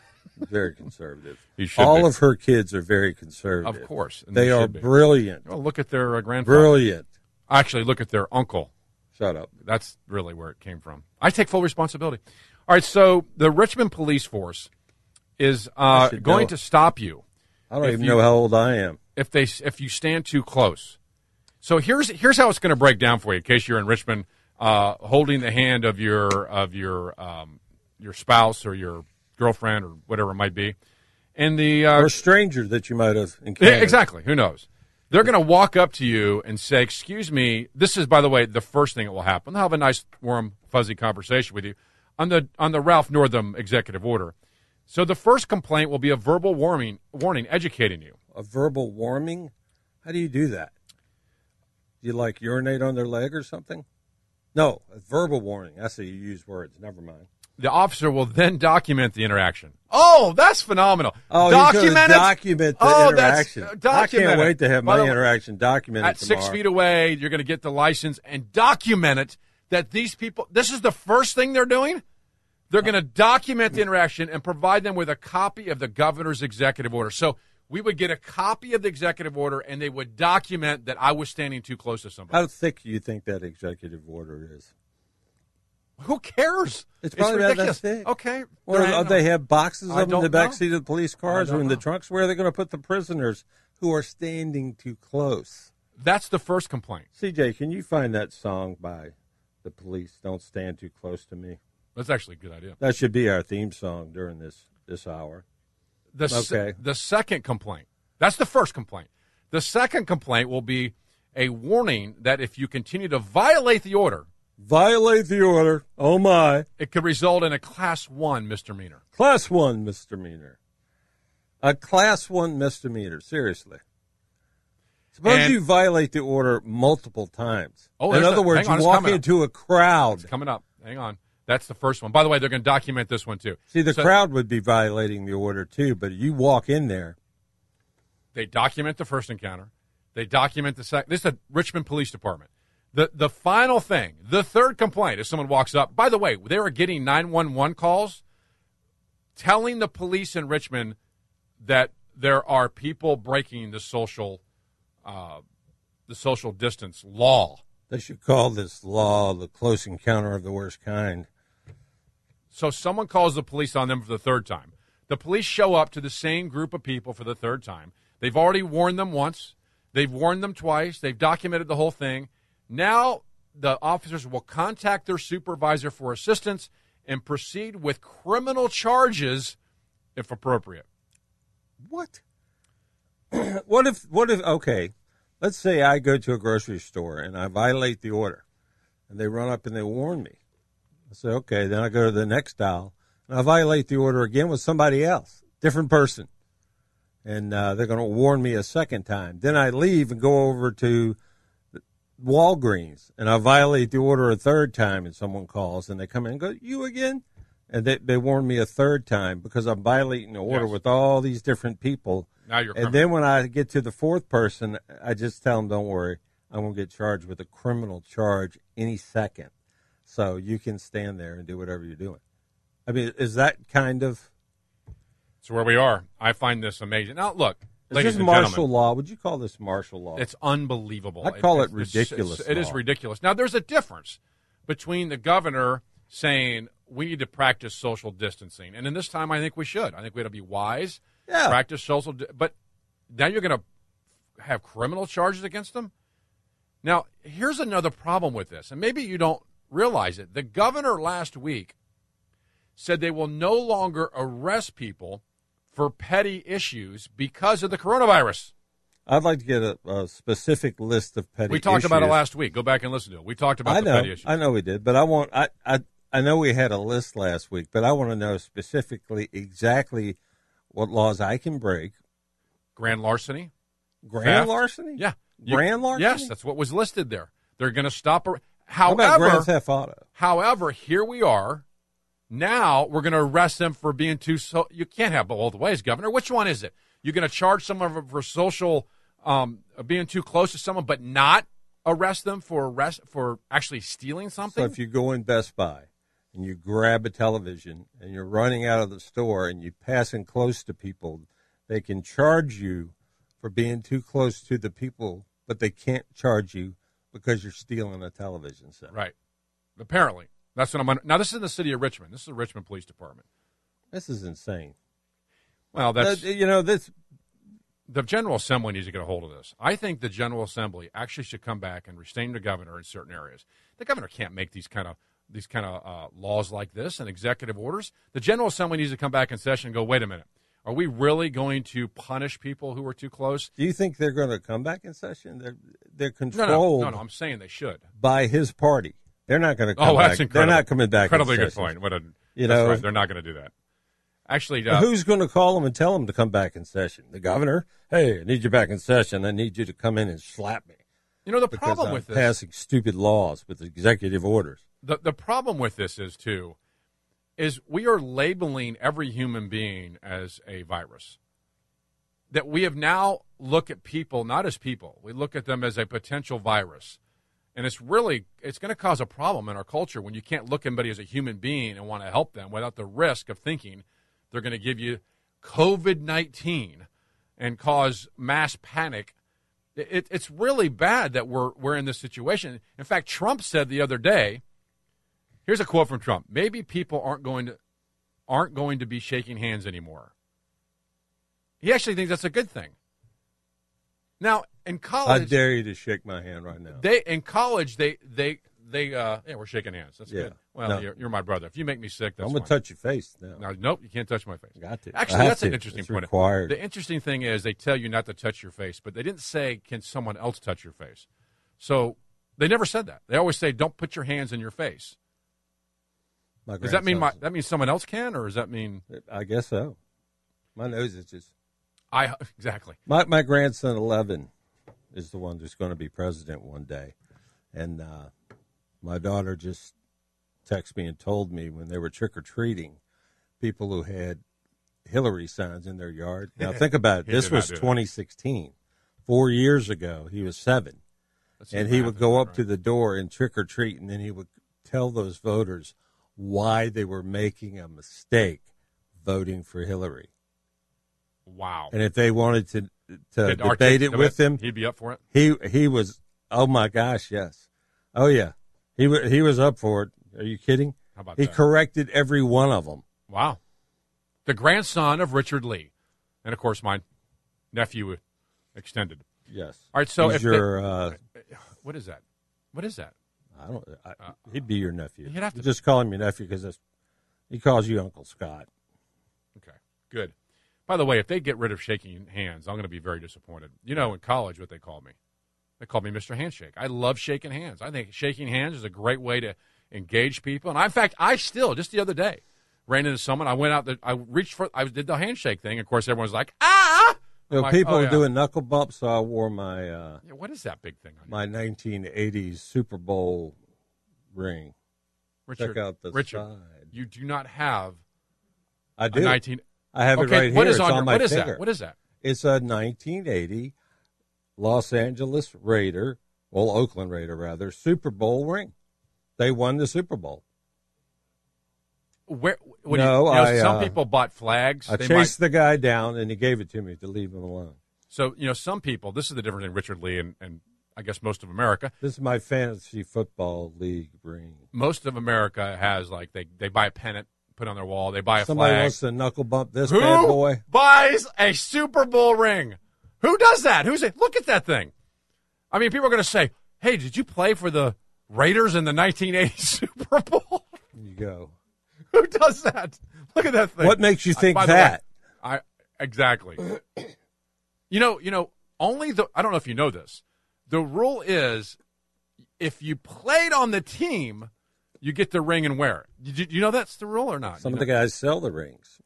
C: very conservative.
B: He should
C: All
B: be.
C: of her kids are very conservative.
B: *laughs* Of course, and
C: they,
B: they
C: are
B: should be.
C: brilliant,
B: Well, look at their uh, grandfather.
C: brilliant.
B: Actually, look at their uncle.
C: Shut up.
B: That's really where it came from. I take full responsibility. All right, so the Richmond Police Force is uh,
C: should
B: going
C: know.
B: to stop you
C: I don't
B: If
C: even
B: you-
C: know how old I am.
B: if they if you stand too close. So here's here's how it's going to break down for you in case you're in Richmond uh, holding the hand of your of your um, your spouse or your girlfriend or whatever it might be, and the uh,
C: or a stranger that you might have
B: yeah,
C: encountered.
B: exactly. Who knows? They're going to walk up to you and say, "Excuse me." This is, by the way, the first thing that will happen. They'll have a nice, warm, fuzzy conversation with you on the on the Ralph Northam executive order. So the first complaint will be a verbal warning, warning educating you.
C: A verbal warming. How do you do that? Do you like urinate on their leg or something? No, a verbal warning. I see you use words. Never mind.
B: The officer will then document the interaction. Oh, that's phenomenal!
C: Oh, he's
B: document
C: going
B: it.
C: to document the
B: Oh, that's-
C: interaction. I
B: document
C: can't
B: it.
C: wait to have
B: By
C: my
B: the way,
C: interaction documented
B: at six
C: tomorrow.
B: feet away. You're going to get the license and document it. That these people, this is the first thing they're doing. They're going to document the interaction and provide them with a copy of the governor's executive order. So we would get a copy of the executive order, and they would document that I was standing too close to somebody.
C: How thick do you think that executive order is?
B: Who cares?
C: It's probably about that
B: ridiculous.
C: thick.
B: Okay.
C: Or
B: There ain't
C: do
B: no-
C: uh, they have boxes
B: I
C: of them in the
B: don't
C: back
B: know.
C: seat of the police cars
B: don't
C: or in the
B: know.
C: trunks? Where are they going to put the prisoners who are standing too close?
B: That's the first complaint.
C: CJ, can you find that song by the police? Don't stand too close to me.
B: That's actually a good idea.
C: That should be our theme song during this this hour.
B: The, s-
C: Okay.
B: the second complaint. That's the first complaint. The second complaint will be a warning that if you continue to violate the order,
C: Violate the order. Oh my.
B: it could result in a class one misdemeanor.
C: Class one misdemeanor. A class one misdemeanor, seriously. Suppose
B: And-
C: you violate the order multiple times.
B: Oh,
C: in
B: there's
C: other
B: a-
C: words,
B: hang on,
C: you
B: it's
C: walk
B: coming up.
C: into a crowd.
B: It's coming up. Hang on. That's the first one. By the way, they're going to document this one too.
C: See, the
B: So
C: crowd would be violating the order too, but you walk in there.
B: They document the first encounter. They document the second. This is the Richmond Police Department. The the final thing, the third complaint, is someone walks up. By the way, they are getting nine one one calls, telling the police in Richmond that there are people breaking the social, uh, the social distance law.
C: They should call this law the close encounter of the worst kind.
B: So someone calls the police on them for the third time. The police show up to the same group of people for the third time. They've already warned them once. They've warned them twice. They've documented the whole thing. Now the officers will contact their supervisor for assistance and proceed with criminal charges if appropriate.
C: What? *clears throat* what if? What if? Okay, let's say I go to a grocery store and I violate the order, and they run up and they warn me. I say, okay. Then I go to the next aisle and I violate the order again with somebody else, different person, and uh, they're going to warn me a second time. Then I leave and go over to Walgreens and I violate the order a third time, and someone calls and they come in and go, you again? And they, they warn me a third time because I'm violating the order
B: Yes.
C: with all these different people.
B: Now you're
C: And
B: criminal.
C: then when I get to the fourth person, I just tell them, don't worry, I'm going to get charged with a criminal charge any second. So you can stand there and do whatever you're doing. I mean, is that kind of.
B: so where we are. I find this amazing. Now look,
C: Is
B: ladies
C: this
B: and
C: martial
B: gentlemen,
C: law? Would you call this martial law?
B: It's unbelievable.
C: I'd call it
B: it's-
C: ridiculous
B: It's, it is
C: law.
B: ridiculous. Now, there's a difference between the governor saying we need to practice social distancing, and in this time, I think we should. I think we ought to be wise.
C: Yeah.
B: Practice social, di- but now you're going to have criminal charges against them. Now, here's another problem with this, and maybe you don't realize it. The governor last week said they will no longer arrest people for petty issues because of the coronavirus.
C: I'd like to get a, a specific list of petty
B: We talked about it
C: issues.
B: last week. Go back and listen to it. We talked about
C: I
B: the
C: know,
B: petty issues.
C: I know we did, but I want I, I I know we had a list last week, but I want to know specifically exactly what laws I can break.
B: Grand larceny.
C: Grand
B: Theft.
C: larceny?
B: Yeah.
C: Grand larceny?
B: Yes, that's what was listed there. They're going to stop. ar-
C: How about grand
B: However,
C: theft auto?
B: however, here we are. Now we're going to arrest them for being too. So you can't have both ways, Governor. Which one is it? You're going to charge someone for, for social um, being too close to someone, but not arrest them for arrest for actually stealing
C: So
B: something.
C: if you go in Best Buy and you grab a television and you're running out of the store and you passing close to people, they can charge you for being too close to the people, but they can't charge you because you're stealing a television set.
B: right. Apparently, that's what I'm. Under- now this is in the city of Richmond. This is the Richmond Police Department.
C: This is insane.
B: Well, that's
C: That- you know this
B: the General Assembly needs to get a hold of this. I think the General Assembly actually should come back and restrain the governor in certain areas. The governor can't make these kind of these kind of uh, laws like this and executive orders. The General Assembly needs to come back in session and go, wait a minute, are we really going to punish people who are too close?
C: Do you think they're going to come back in session? They're they're
B: No, no,
C: controlled
B: no, no. I'm saying they should.
C: by his party. They're not going to come
B: Oh,
C: back.
B: that's incredible.
C: They're not coming back. in
B: Incredibly good
C: session.
B: point. What a,
C: You
B: that's
C: know-
B: right. they're not going to do that. Actually,
C: But
B: uh,
C: Who's going to call him and tell him to come back in session? The governor? Hey, I need you back in session. I need you to come in and slap me
B: you know the
C: because
B: problem
C: I'm
B: with this.
C: passing stupid laws with executive orders.
B: the the problem with this is too is we are labeling every human being as a virus that we have now look at people not as people we look at them as a potential virus and it's really it's going to cause a problem in our culture when you can't look at anybody as a human being and want to help them without the risk of thinking they're going to give you covid-19 and cause mass panic it, it- it's really bad that we're we're in this situation in fact trump said the other day Here's a quote from Trump. Maybe people aren't going to aren't going to be shaking hands anymore. He actually thinks that's a good thing. Now, in
C: I
B: college
C: dare you to shake my hand right now.
B: they in college they they they uh yeah, we're shaking hands. That's
C: Yeah.
B: good. Well,
C: No.
B: you're, you're my brother. If you make me sick, that's
C: I'm going
B: fine.
C: to touch your face now.
B: No, nope, you can't touch my face.
C: Got to. I
B: Actually,
C: have
B: that's an
C: to.
B: interesting
C: It's
B: point.
C: required.
B: The interesting thing is they tell you not to touch your face, but they didn't say can someone else touch your face. So they never said that. They always say don't put your hands in your face.
C: My
B: Does that mean my,
C: grandson's-
B: that means someone else can, or does that mean
C: I guess so. My nose is just.
B: I *laughs* exactly?
C: My my grandson eleven is the one who's going to be president one day, and uh, my daughter just texted me and told me when they were trick or treating, people who had Hillary signs in their yard. Now
B: *laughs*
C: think about it.
B: He
C: this
B: did not
C: was
B: do that.
C: 2016, four years ago. He was seven,
B: That's
C: and
B: the
C: he
B: math,
C: would go
B: isn't
C: up
B: it,
C: to
B: right?
C: the door and trick or treat, and then he would tell those voters why they were making a mistake voting for Hillary.
B: wow.
C: And if they wanted to to
B: Did our
C: debate
B: kids
C: it
B: do
C: with him,
B: He'd be up for it.
C: he he was oh my gosh yes oh yeah he wa- he was up for it are you kidding
B: How about
C: he
B: that?
C: corrected every one of them
B: Wow. The grandson of Richard Lee, and of course my nephew extended.
C: yes
B: All right, so
C: He's
B: if they-
C: your uh,
B: What is that? What is that?
C: I don't I, he'd be your nephew
B: Uh, he'd have to-
C: just call him your nephew because he calls you Uncle Scott
B: Okay, good. By the way, if they get rid of shaking hands, I'm going to be very disappointed. You know, in college, what they called me? They called me Mr. Handshake. I love shaking hands. I think shaking hands is a great way to engage people. And I, in fact, I still just the other day ran into someone. I went out. The, I reached for. I did the handshake thing. Of course, everyone's like, ah.
C: you know,
B: I'm like,
C: people
B: "Oh,
C: are
B: yeah."
C: doing knuckle bumps so I wore my uh,
B: Yeah, what is that big thing on you?
C: my 1980s Super Bowl ring check
B: Richard,
C: out the
B: Richard,
C: side.
B: you do not have
C: I do
B: a 19.
C: I have it
B: okay,
C: right
B: what
C: here
B: is
C: it's
B: on,
C: on,
B: your,
C: my
B: what is
C: finger
B: that? What is that?
C: It's a 1980 Los Angeles Raider, well, Oakland Raider rather, Super Bowl ring. They won the Super Bowl.
B: Where? What
C: No,
B: do you,
C: I,
B: some
C: uh,
B: people bought flags.
C: I
B: They might-
C: chased the guy down, and he gave it to me to leave him alone.
B: So, you know, some people, this is the difference in Richard Lee and, and I guess most of America.
C: This is my fantasy football league ring.
B: Most of America has, like, they, they buy a pennant, put it on their wall, they buy a
C: Somebody
B: flag.
C: wants to knuckle bump this
B: Who
C: bad boy.
B: buys a Super Bowl ring? Who does that? Who's it? Look at that thing. I mean, people are going to say, hey, did you play for the Raiders in the 1980 *laughs* Super Bowl?
C: You go.
B: Who does that? Look at that thing.
C: What makes you
B: Uh,
C: think
B: by the way,
C: that?
B: I
C: *coughs*
B: exactly. you know, you know, only the I don't know if you know this. The rule is if you played on the team, you get the ring and wear it. Did you, you know that's the rule or not?
C: Some
B: You
C: of the
B: know?
C: guys sell the rings.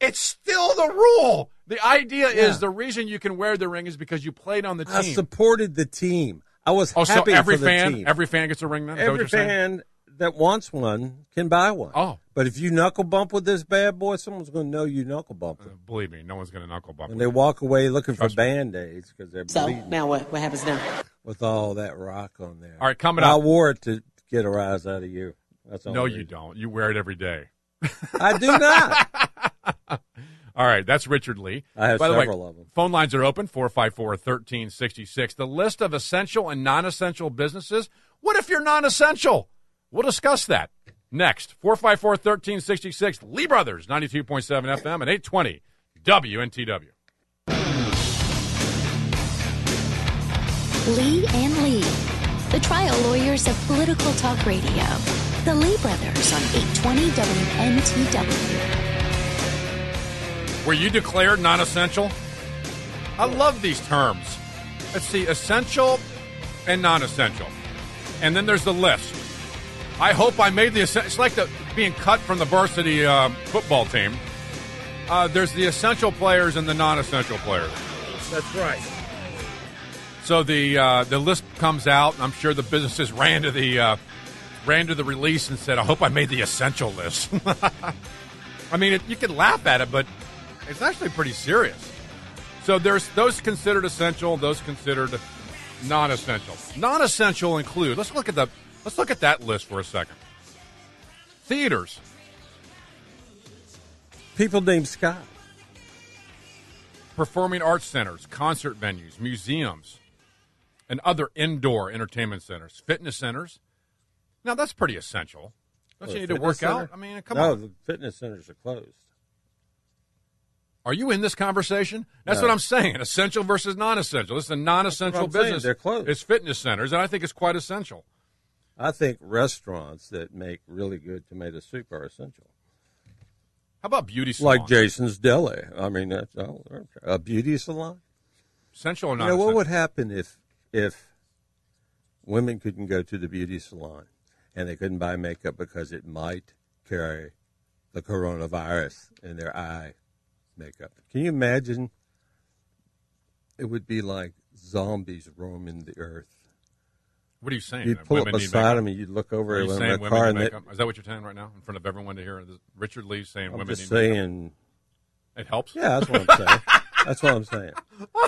B: It's still the rule. The idea
C: Yeah.
B: is the reason you can wear the ring is because you played on the
C: I
B: team.
C: supported the team. I was
B: oh, so
C: happy
B: every
C: for the
B: fan,
C: team.
B: every fan gets a ring then? Is that what
C: Every
B: you're saying?
C: fan that wants one can buy one.
B: Oh.
C: But if you knuckle bump with this bad boy, someone's going to know you knuckle bumped
B: Uh,
C: them.
B: Believe me, no one's going to knuckle bump.
C: And
B: with
C: they walk away looking for
B: Trust me.
C: band aids because they're
E: So
C: bleeding
E: now what? What happens now?
C: with all that rock on there.
B: All right, coming
C: I
B: up-
C: wore it to get a rise out of you. That's
B: you.
C: all.
B: No, you don't. You wear it every day.
C: I do
B: *laughs*
C: not.
B: All right, that's Richard Lee.
C: I have
B: By the
C: several
B: way,
C: of 'em.
B: Phone lines are open 454 1366. The list of essential and non essential businesses. What if you're non essential? We'll discuss that next. 454 1366, Lee Brothers, 92.7 FM and 820 WNTW.
A: Lee and Lee, the trial lawyers of political talk radio. The Lee Brothers on 820 WNTW.
B: Were you declared non essential? I love these terms. Let's see, essential and non essential. And then there's the list. I hope I made the essen- It's like the, being cut from the varsity uh, football team. Uh, there's the essential players and the non essential players.
E: That's right.
B: So the uh, the list comes out, and I'm sure the businesses *laughs* ran to the uh, ran to the release and said, "I hope I made the essential list." *laughs* I mean, it, you can laugh at it, but it's actually pretty serious. So there's those considered essential, those considered non-essential. Non-essential include. Let's look at the let's look at that list for a second. Theaters,
C: People named Scott.
B: performing arts centers, concert venues, museums, and other indoor entertainment centers, fitness centers. Now that's pretty essential. Don't you need to work out? I mean, come
C: Oh, no,
B: on.
C: the fitness centers are closed.
B: Are you in this conversation? That's
C: No.
B: what I'm saying. Essential versus non-essential. This is a
C: That's
B: non-essential
C: what I'm saying.
B: business.
C: They're closed.
B: It's fitness centers, and I think it's quite essential.
C: I think restaurants that make really good tomato soup are essential.
B: How about beauty salons?
C: Like Jason's Deli. I mean, that's oh, okay. a beauty salon.
B: essential or
C: You
B: not?
C: know, what would happen if if women couldn't go to the beauty salon and they couldn't buy makeup because it might carry the coronavirus in their eye makeup? Can you imagine? It would be like zombies roaming the earth.
B: What are you saying?
C: You'd
B: That
C: pull up
B: uh, women need
C: beside
B: makeup?
C: them and you'd look over
B: Are
C: at
B: you
C: them
B: saying
C: in a
B: women
C: car
B: need
C: and they,
B: makeup? Is that what you're saying right now in front of everyone to hear? This- Richard Lee saying
C: I'm
B: women
C: just
B: need makeup.
C: saying.
B: It helps.
C: Yeah, that's what I'm saying. that's what I'm saying.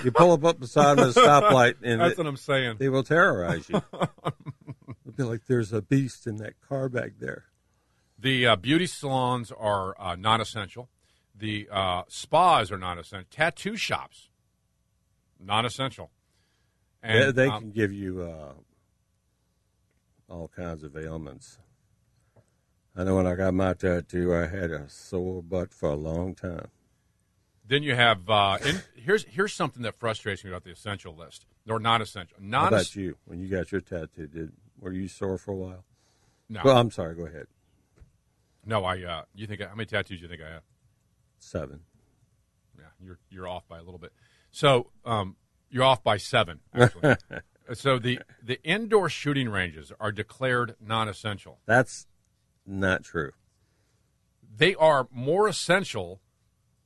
C: You pull up up beside
B: *laughs*
C: them at a stoplight and
B: that's
C: it-
B: what I'm saying.
C: They will terrorize
B: *laughs*
C: you. They'll be like, "There's a beast in that car back there."
B: The uh, beauty salons are uh, non essential. The uh, spas are non essential. Tattoo shops, non essential.
C: They,
B: And
C: they
B: um,
C: can give you uh, all kinds of ailments. I know when I got my tattoo, I had a sore butt for a long time.
B: then you have uh, in, here's here's something that frustrates me about the essential list or non essential.
C: How
B: Non
C: about you? When you got your tattoo, did were you sore for a while?
B: no
C: Well, I'm sorry. Go ahead.
B: no I uh, you think I- how many tattoos do you think I have?
C: Seven.
B: Yeah, you're you're off by a little bit. So um, you're off by seven. Actually. so the the indoor shooting ranges are declared non-essential.
C: That's not true.
B: They are more essential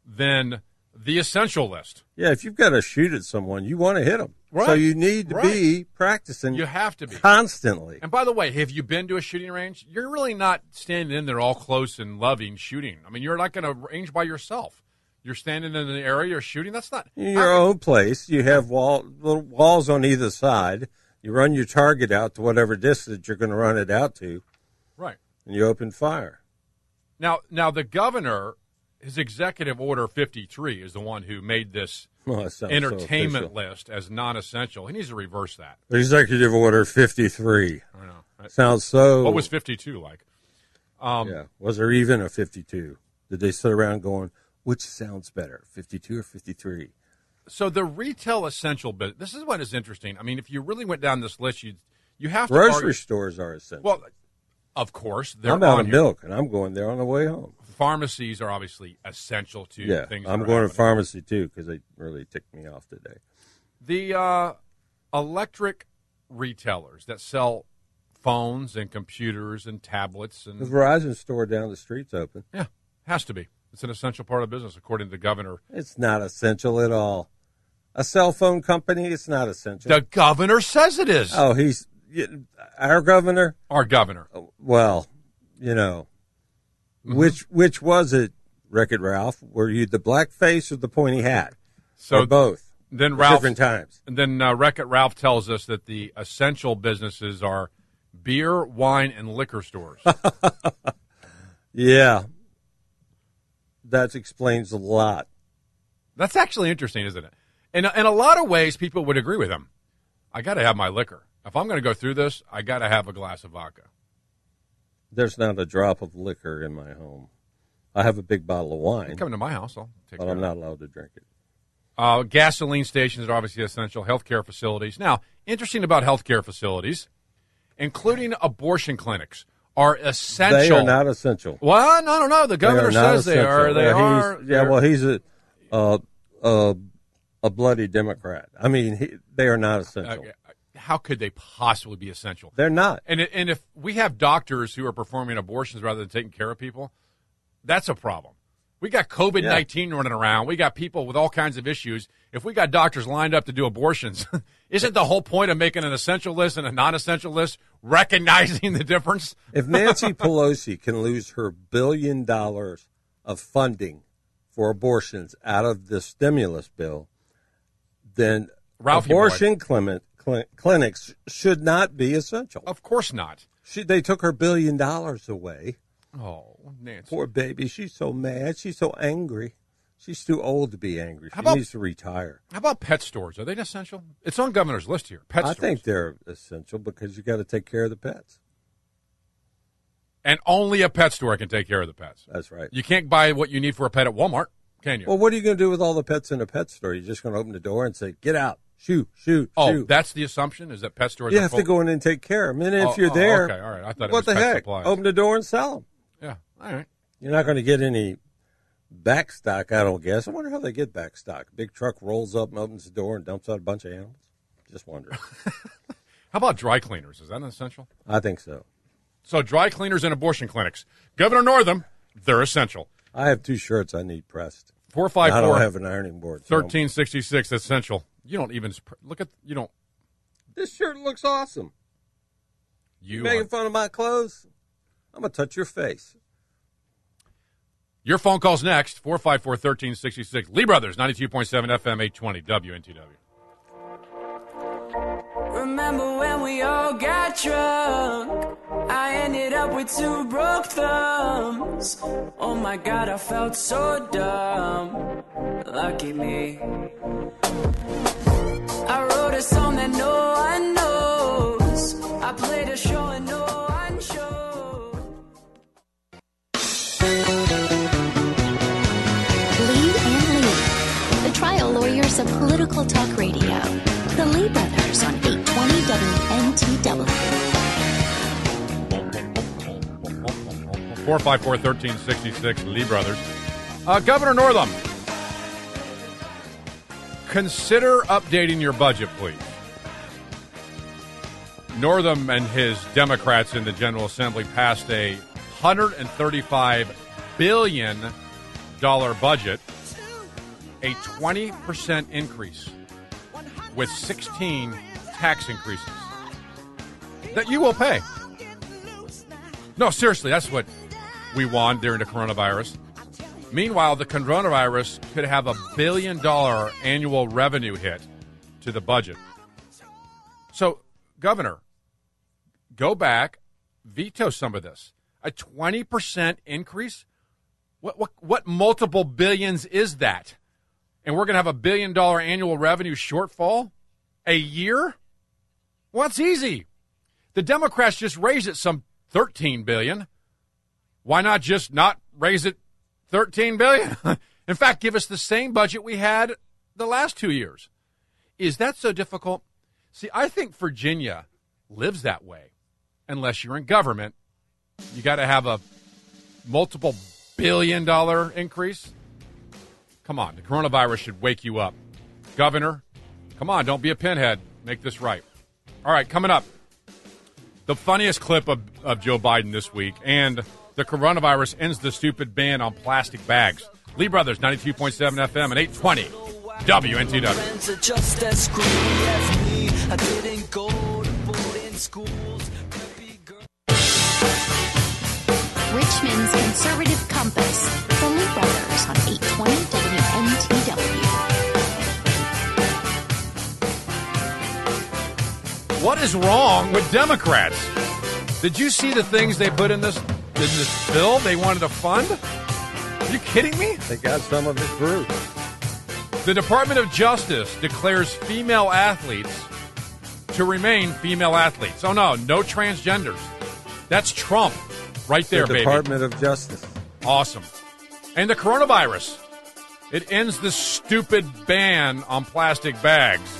B: than the essential list.
C: Yeah, if you've got to shoot at someone, you want to hit them. So
B: Right.
C: you need to be practicing
B: You have to be.
C: constantly.
B: And by the way, have you been to a shooting range? You're really not standing in there all close and loving shooting. I mean, you're not going to range by yourself. You're standing in an area, you're shooting. That's not
C: In your own place. You have wall little walls on either side. You run your target out to whatever distance you're going to run it out to,
B: right.
C: and you open fire. *laughs*
B: Now, now the governor, his executive order 53 is the one who made this
C: Well, that sounds so
B: entertainment
C: official.
B: list as non-essential. He needs to reverse that.
C: Executive Order 53
B: I don't know.
C: sounds so.
B: What was 52 like?
C: yeah. Was there even a 52? Did they sit around going, which sounds better, 52 or 53?
B: So the retail essential business. This is what is interesting. I mean, if you really went down this list, you you have to
C: Grocery
B: argue-
C: stores are essential.
B: Well, of course, they're
C: I'm out
B: on
C: of
B: here.
C: milk, and I'm going there on the way home.
B: Pharmacies are obviously essential to
C: yeah,
B: things.
C: I'm
B: that are
C: going to
B: happening.
C: pharmacy too because they really ticked me off today.
B: the uh, electric retailers that sell phones and computers and tablets
C: The
B: and
C: Verizon store down the street's open.
B: yeah, has to be. It's an essential part of business, according to the governor
C: It's not essential at all. A cell phone company, it's not essential.
B: The governor says it is.
C: oh, he's our governor.
B: Our governor.
C: Well, you know,
B: Mm-hmm.
C: which which was it, Wreck-It Ralph? Were you the blackface or the pointy hat?
B: So
C: or both
B: then
C: At
B: Ralph
C: different times.
B: then uh, Wreck It Ralph tells us that the essential businesses are beer, wine, and
C: *laughs*
B: liquor stores.
C: Yeah, that explains a lot.
B: That's actually interesting, isn't it? And in a lot of ways, people would agree with him. I got to have my liquor. If I'm going to go through this, I got to have a glass of vodka.
C: There's not a drop of liquor in my home. I have a big bottle of
B: You
C: wine,
B: come to my house, I'll take.
C: but
B: care
C: I'm
B: of
C: not allowed to drink it.
B: it. Uh, gasoline stations are obviously essential. Healthcare facilities. Now, interesting about healthcare facilities, including abortion clinics, are essential.
C: They are not essential.
B: Well, no, no, no. The governor
C: they are not
B: says they
C: essential.
B: are. They
C: yeah,
B: are.
C: He's, yeah,
B: they're-
C: well, he's a uh, uh, a bloody Democrat. I mean, he, they are not essential.
B: how could they possibly be essential?
C: They're not.
B: And and if we have doctors who are performing abortions rather than taking care of people, that's a problem. We got COVID nineteen running around. We got people with all kinds of issues. If we got doctors lined up to do abortions, *laughs* isn't the whole point of making an essential list and a non-essential list recognizing the difference?
C: If
B: *laughs*
C: Nancy Pelosi can lose her billion dollars of funding for abortions out of the stimulus bill, then
B: Ralphie boy.
C: abortion clinic, clin- clinics should not be essential.
B: Of course not.
C: She, they took her billion dollars away.
B: Oh, Nancy.
C: Poor baby. She's so mad. She's so angry. She's too old to be angry. She
B: How about-
C: needs to retire.
B: How about pet stores? Are they essential? It's on governor's list here. Pet
C: I
B: stores.
C: think they're essential because you got to take care of the pets.
B: and only a pet store can take care of the pets.
C: That's right.
B: You can't buy what you need for a pet at Walmart, can you?
C: Well, what are you going to do with all the pets in a pet store? You're just going to open the door and say, "Get out, shoot, shoot,
B: oh,
C: shoot."
B: that's the assumption is that pet stores
C: you
B: are
C: have
B: full.
C: to go in and take care of them. And if
B: Oh,
C: you're
B: oh,
C: there,
B: okay, all right. I thought it
C: what
B: was
C: the
B: pet
C: heck? Oh,
B: supplies.
C: Open the door and sell them.
B: Yeah, all right.
C: You're not going to get any back stock, I don't guess. I wonder how they get back stock. Big truck rolls up and opens the door and dumps out a bunch of animals. Just
B: *laughs*
C: wondering.
B: How about dry cleaners? Is that an essential?
C: I think so.
B: So dry cleaners and abortion clinics. Governor Northam, they're essential.
C: I have two shirts I need pressed.
B: Four
C: I
B: five
C: don't
B: four
C: have an ironing board. so I'm-
B: thirteen sixty six essential. You don't even sp- look at you don't
C: This shirt looks awesome.
B: you
C: Making
B: are-
C: fun of my clothes? I'm going to touch your face.
B: your phone calls next 454 1366 Lee Brothers 92.7 FM 820 WNTW.
D: Remember when we all got drunk? I ended up with two broke thumbs. Oh my god, I felt so dumb. Lucky me. I wrote a song that no one knows. I played a show and no one showed.
A: Lee and Lee. The trial lawyers of political talk radio. The Lee Brothers on 820 WNTW.
B: 454 1366 Lee Brothers. Uh, Governor Northam, consider updating your budget, please. Northam and his Democrats in the General Assembly passed a $135 billion budget, a 20% increase with 16 tax increases that you will pay. No, seriously, that's what we won during the coronavirus. Meanwhile, the coronavirus could have a billion dollar annual revenue hit to the budget. So, Governor, go back, veto some of this. A 20% increase? What, what, what multiple billions is that? And we're going to have a billion dollar annual revenue shortfall a year? Well, it's easy. The Democrats just raised it some 13 billion. Why not just not raise it 13 billion? *laughs* In fact, give us the same budget we had the last 2 years. Is that so difficult? See, I think Virginia lives that way. Unless you're in government, you got to have a multiple billion dollar increase. Come on, the coronavirus should wake you up. Governor, come on, don't be a pinhead. Make this right. All right, coming up the funniest clip of, of Joe Biden this week, and the coronavirus ends the stupid ban on plastic bags. Lee Brothers, 92.7 FM and 820 WNTW.
E: friends are just as screwed as me. I didn't go to boarding schools. Preppy girl.
A: Richmond's Conservative Compass. The Lee Brothers on 820 WNTW.
B: What is wrong with Democrats? Did you see the things they put in this in this bill they wanted to fund? Are you kidding me?
C: They got some of it through.
B: The Department of Justice declares female athletes to remain female athletes. Oh no, no transgenders. That's Trump right there,
C: the
B: baby.
C: Department of Justice.
B: Awesome. And the coronavirus. It ends this stupid ban on plastic bags.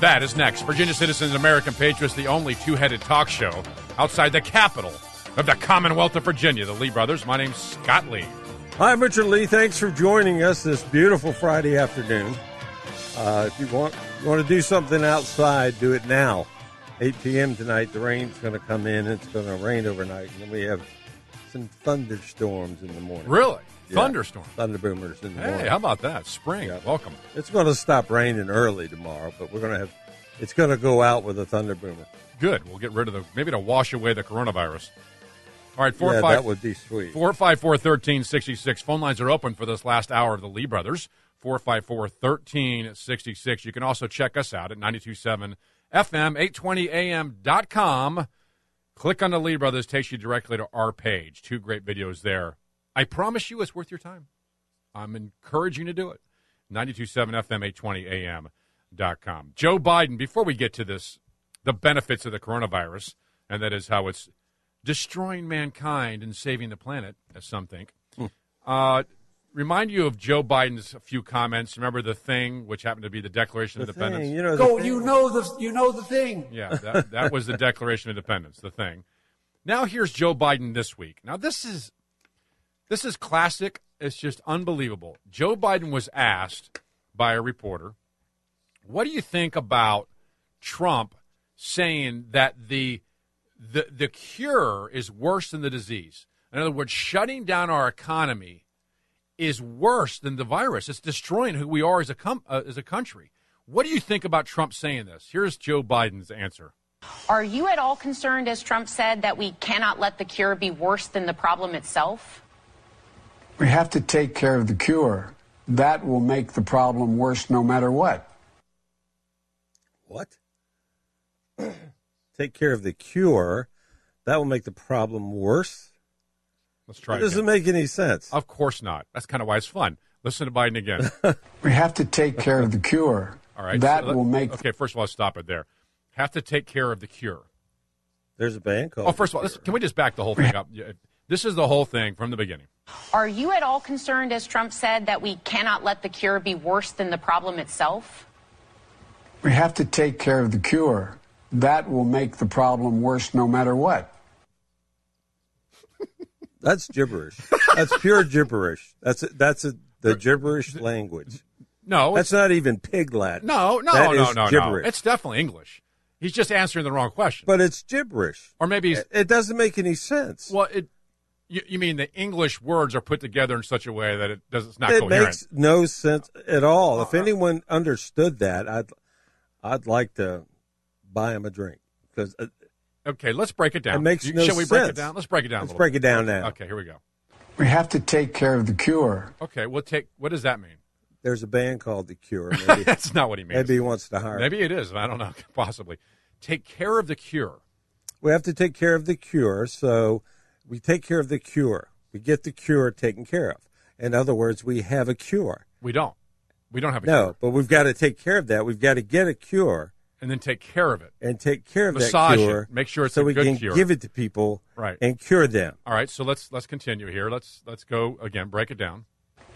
B: That is next. Virginia Citizens and American Patriots, the only two headed talk show outside the capital of the Commonwealth of Virginia, the Lee Brothers. My name's Scott Lee.
C: Hi, I'm Richard Lee. Thanks for joining us this beautiful Friday afternoon. Uh, if you want you want to do something outside, do it now. 8 p.m. tonight. The rain's going to come in. It's going to rain overnight, and then we have some thunderstorms in the morning.
B: Really?
C: Yeah.
B: Thunderstorm.
C: Thunder boomers in the
B: Hey,
C: morning.
B: how about that? Spring.
C: Yeah.
B: Welcome.
C: It's going to stop raining early tomorrow, but we're going to have. It's going to go out with a thunder boomer.
B: Good. We'll get rid of the, maybe to wash away the coronavirus. All right, four
C: yeah,
B: five.
C: that would be sweet.
B: 454 1366. Phone lines are open for this last hour of the Lee Brothers. 454 1366. You can also check us out at 927 FM, com. Click on the Lee Brothers, takes you directly to our page. Two great videos there. I promise you it's worth your time. I'm encouraging you to do it. 927 FM, com. Joe Biden, before we get to this, the benefits of the coronavirus, and that is how it's destroying mankind and saving the planet, as some think.
C: Hmm.
B: Uh, remind you of Joe Biden's few comments. Remember the thing, which happened to be the Declaration
C: The
B: of Independence?
C: thing, you know, the
F: Go,
C: thing-
F: you know the you know the thing.
B: Yeah, that, that was the Declaration of Independence, the thing. Now here's Joe Biden this week. Now this is this is classic. It's just unbelievable. Joe Biden was asked by a reporter, "What do you think about Trump saying that the the the cure is worse than the disease? In other words, shutting down our economy is worse than the virus. It's destroying who we are as a com- uh, as a country. What do you think about Trump saying this? Here's Joe Biden's answer.
G: Are you at all concerned, as Trump said, that we cannot let the cure be worse than the problem itself?
F: We have to take care of the cure. That will make the problem worse no matter what.
C: What? Take care of the cure. That will make the problem worse.
B: Let's try
C: That
B: it.
C: doesn't
B: again.
C: make any sense.
B: Of course not. That's kind of why it's fun. Listen to
C: *laughs*
B: Biden again.
F: We have to take care of the cure.
B: All right.
F: That
B: so let-
F: will make
B: Okay, first of all, stop it there. Have to take care of the cure.
C: There's a band called.
B: Oh, first of all, let's, can we just back the whole thing up? Yeah, This is the whole thing from the beginning.
G: Are you at all concerned, as Trump said, that we cannot let the cure be worse than the problem itself?
F: we have to take care of the cure. That will make the problem worse no matter what.
C: That's gibberish. That's pure gibberish. That's a, that's a, the gibberish language.
B: No,
C: That's
B: it's,
C: not even pig Latin.
B: no, no,
C: That
B: no,
C: is
B: no, no.
C: gibberish.
B: It's definitely English. He's just answering the wrong question,
C: but it's gibberish.
B: or maybe he's
C: It, it doesn't make any sense.
B: Well, it. You, you mean the English words are put together in such a way that it does it's not
C: it
B: coherent? Uh-huh.
C: makes no sense at all. If anyone understood that, I'd I'd like to buy him a drink because uh,
B: okay, let's break it down.
C: It makes no
B: Shall we break it
C: sense.
B: down? Let's break it down. a
C: Let's
B: little
C: break
B: bit.
C: it down now.
B: Okay, here we go.
F: We have to take care of the cure.
B: Okay, we'll take. What does that
C: *laughs*
B: mean?
C: there's a band called The Cure.
B: *laughs*
C: Maybe,
B: That's not what he means.
C: maybe he wants to hire.
B: Maybe it is. I don't know. *laughs* Possibly. Take care of the cure.
C: We have to take care of the cure, so we take care of the cure. We get the cure taken care of. In other words, we have a cure.
B: We don't. We don't have a
C: No,
B: cure.
C: but we've got to take care of that. We've got to get a cure
B: And then take care of it.
C: and take care of
B: Massage it.
C: that cure.
B: Make sure it's
C: so
B: a
C: we
B: good
C: can
B: cure.
C: give it to people
B: Right.
C: and cure them.
B: All right. So let's let's continue here. Let's let's go again. Break it down.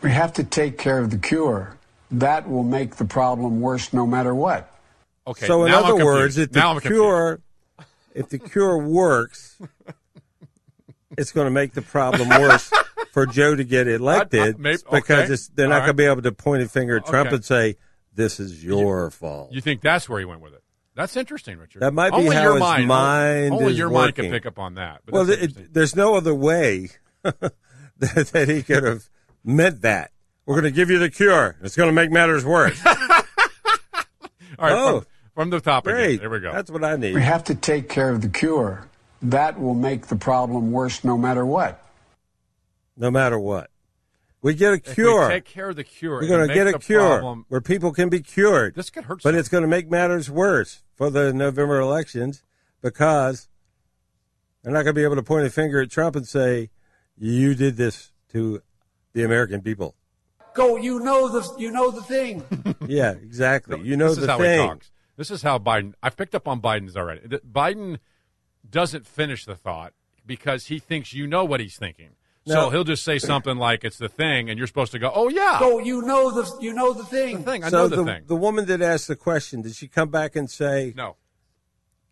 F: We have to take care of the cure. That will make the problem worse no matter what.
B: Okay.
C: so in
B: now I'm
C: other
B: confused.
C: words, if the
B: now I'm confused.
C: cure if the cure works, it's going to make the problem
B: *laughs*
C: worse for Joe to get elected
B: I- maybe-
C: because
B: okay.
C: it's, they're not
B: All
C: going to be able to point a finger at Trump
B: Okay.
C: and say this is your fault.
B: You think that's where he went with it? That's interesting, Richard.
C: That might be
B: only
C: how
B: your
C: his
B: mind,
C: mind
B: only
C: is
B: your mind can
C: working.
B: pick up on that. But
C: well,
B: that's
C: it,
B: interesting.
C: there's no other way *laughs* that, that he could have meant that. We're going to give you the cure. It's going to make matters
B: *laughs*
C: worse.
B: all right,
C: oh.
B: from, from the top again.
C: Great.
B: There we go.
C: That's what I need.
F: We have to take care of the cure. That will make the problem worse no matter what.
C: No matter what, we get a
B: If we
C: cure.
B: take care of the cure.
C: We're going
B: and
C: to
B: make
C: get a
B: the
C: cure
B: problem-
C: where people can be cured.
B: This could hurt.
C: but
B: some-
C: it's going to make matters worse for the November elections because they're not going to be able to point a finger at Trump and say, you did this to the American
B: *laughs*
C: people.
F: Go, you know the you know the thing.
C: yeah, exactly. You know
B: this
C: the
B: is how
C: thing.
B: he talks. This is how Biden. I've picked up on Biden's already. Th- Biden doesn't finish the thought because he thinks you know what he's thinking. So he'll just say something like it's the thing, and you're supposed to go, oh yeah,
H: So you know the you know the
B: the
H: thing.
B: thing. I
C: so
B: know the, thing.
C: woman that asked the question, did she come back and say,
B: no,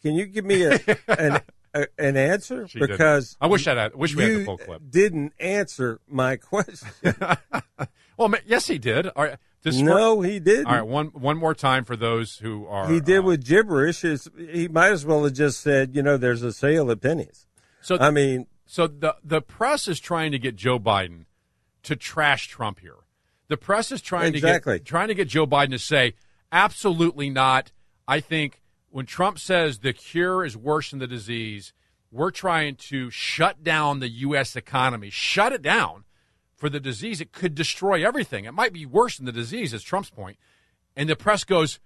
C: "Can you give me
B: *laughs*
C: a, an a, an answer?"
B: she didn't.
C: because
B: I wish I'd had, wish we had the
C: you
B: full clip.
C: didn't answer my
B: *laughs*
C: question.
B: Well, ma- yes, he did. All right, this
C: no, he didn't.
B: All right, one one more time for those who are.
C: he did
B: uh,
C: with gibberish. It's, he might as well have just said, "You know, there's a sale at pennies."
B: So
C: I mean,
B: So the the press is trying to get Joe Biden to trash Trump here. The press is trying
C: Exactly.
B: to get trying to get Joe Biden to say absolutely not. I think when Trump says the cure is worse than the disease, we're trying to shut down the U.S. economy, shut it down for the disease. It could destroy everything. It might be worse than the disease. Is Trump's point. And the press goes,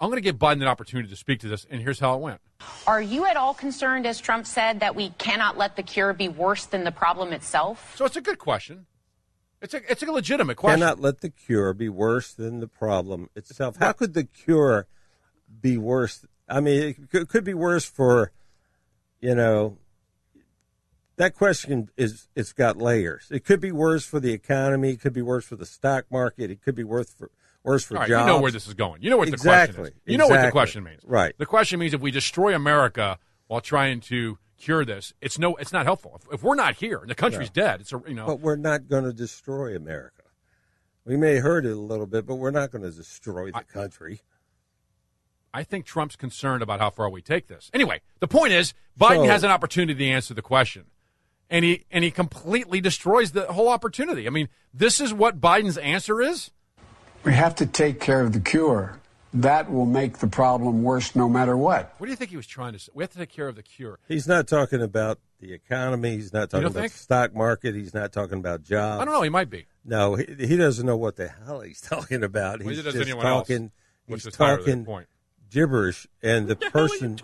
B: "I'm going to give Biden an opportunity to speak to this." And here's how it went.
G: Are you at all concerned, as Trump said, that we cannot let the cure be worse than the problem itself?
B: So it's a good question. It's a it's a legitimate question.
C: cannot let the cure be worse than the problem itself. How could the cure be worse? I mean, it could, could be worse for, you know, that question is it's got layers. It could be worse for the economy. It could be worse for the stock market. It could be worse for worse for
B: All right,
C: jobs.
B: you know where this is going. You know what the
C: Exactly.
B: question is. You know what the
C: Exactly.
B: question means.
C: Right.
B: The question means if we destroy America while trying to cure this, it's no, it's not helpful. If, if we're not here, and the country's dead. It's a you know.
C: But we're not going to destroy America. We may hurt it a little bit, but we're not going to destroy the country.
B: I think Trump's concerned about how far we take this. Anyway, the point is Biden
C: So-
B: has an opportunity to answer the question. And he and he completely destroys the whole opportunity. I mean, this is what Biden's answer is?
F: We have to take care of the cure. That will make the problem worse no matter what.
B: What do you think he was trying to say? We have to take care of the cure.
C: He's not talking about the economy. He's not talking
B: don't
C: about
B: think?
C: the stock market. He's not talking about jobs.
B: I don't know, he might be.
C: No, he, he doesn't know what the hell he's *laughs* talking about.
B: Neither
C: He's
B: does
C: just
B: anyone else,
C: talking.
B: Which
C: he's
B: is entirely the
C: talking
B: point.
C: gibberish, and the, person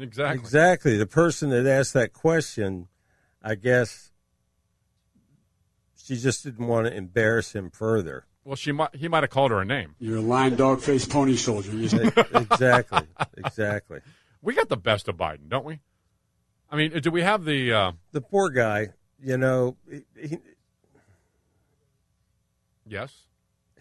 B: Exactly.
C: exactly the person that asked that question, I guess, she just didn't want to embarrass him further.
B: Well, she might he might have called her a name.
H: You're a lying dog faced pony soldier. You-
C: E,
B: *laughs*
C: exactly, exactly.
B: We got the best of Biden, don't we? I mean, do we have the? Uh,
C: The poor guy, you know, he, he,
B: yes,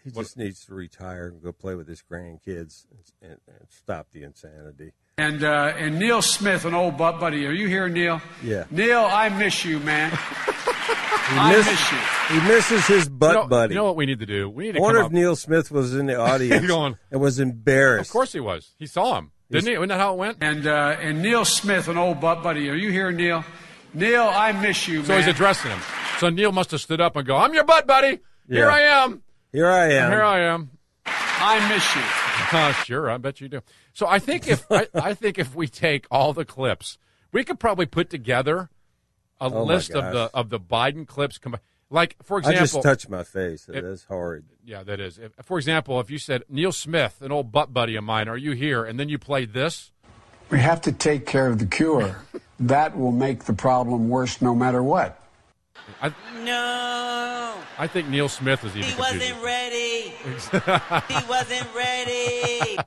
C: he
B: What-
C: just needs to retire and go play with his grandkids and, and, and stop the insanity.
H: And uh, and Neil Smith, an old bu- buddy. Are you here, Neil?
C: Yeah.
H: Neil, I miss you,
C: *laughs*
H: man.
C: He,
H: I
C: miss-
H: miss you.
C: he misses his butt
B: you know,
C: buddy.
B: You know what we need to do? We need to
C: I wonder
B: come
C: if
B: up.
C: Neil Smith was
B: *laughs*
C: in the audience
B: He's going,
C: and was embarrassed.
B: of course he was. He saw him, didn't he? Isn't that how it went?
H: And uh, and Neil Smith, an old bu- buddy. Are you here, Neil? Neil, I miss you,
B: So
H: man.
B: he's addressing him. So Neil must have stood up and go, "I'm your butt buddy.
C: Yeah.
B: Here I am.
C: Here I am.
B: Here I am." *laughs*
H: I miss you.
B: Uh, sure, I bet you do. So I think if I, I think if we take all the clips, we could probably put together a
C: Oh my
B: list of the
C: gosh.
B: of the Biden clips. combi- Like for
C: I
B: example,
C: just touched my face.
B: It-
C: That's horrid.
B: Yeah, that is. If, for example, if you said Neil Smith, an old butt buddy of mine, are you here? And then you play this.
F: We have to take care of the cure. that will make the problem worse no matter what.
E: No,
B: I think Neil Smith is even
E: he
B: confusing.
E: wasn't ready. he wasn't ready.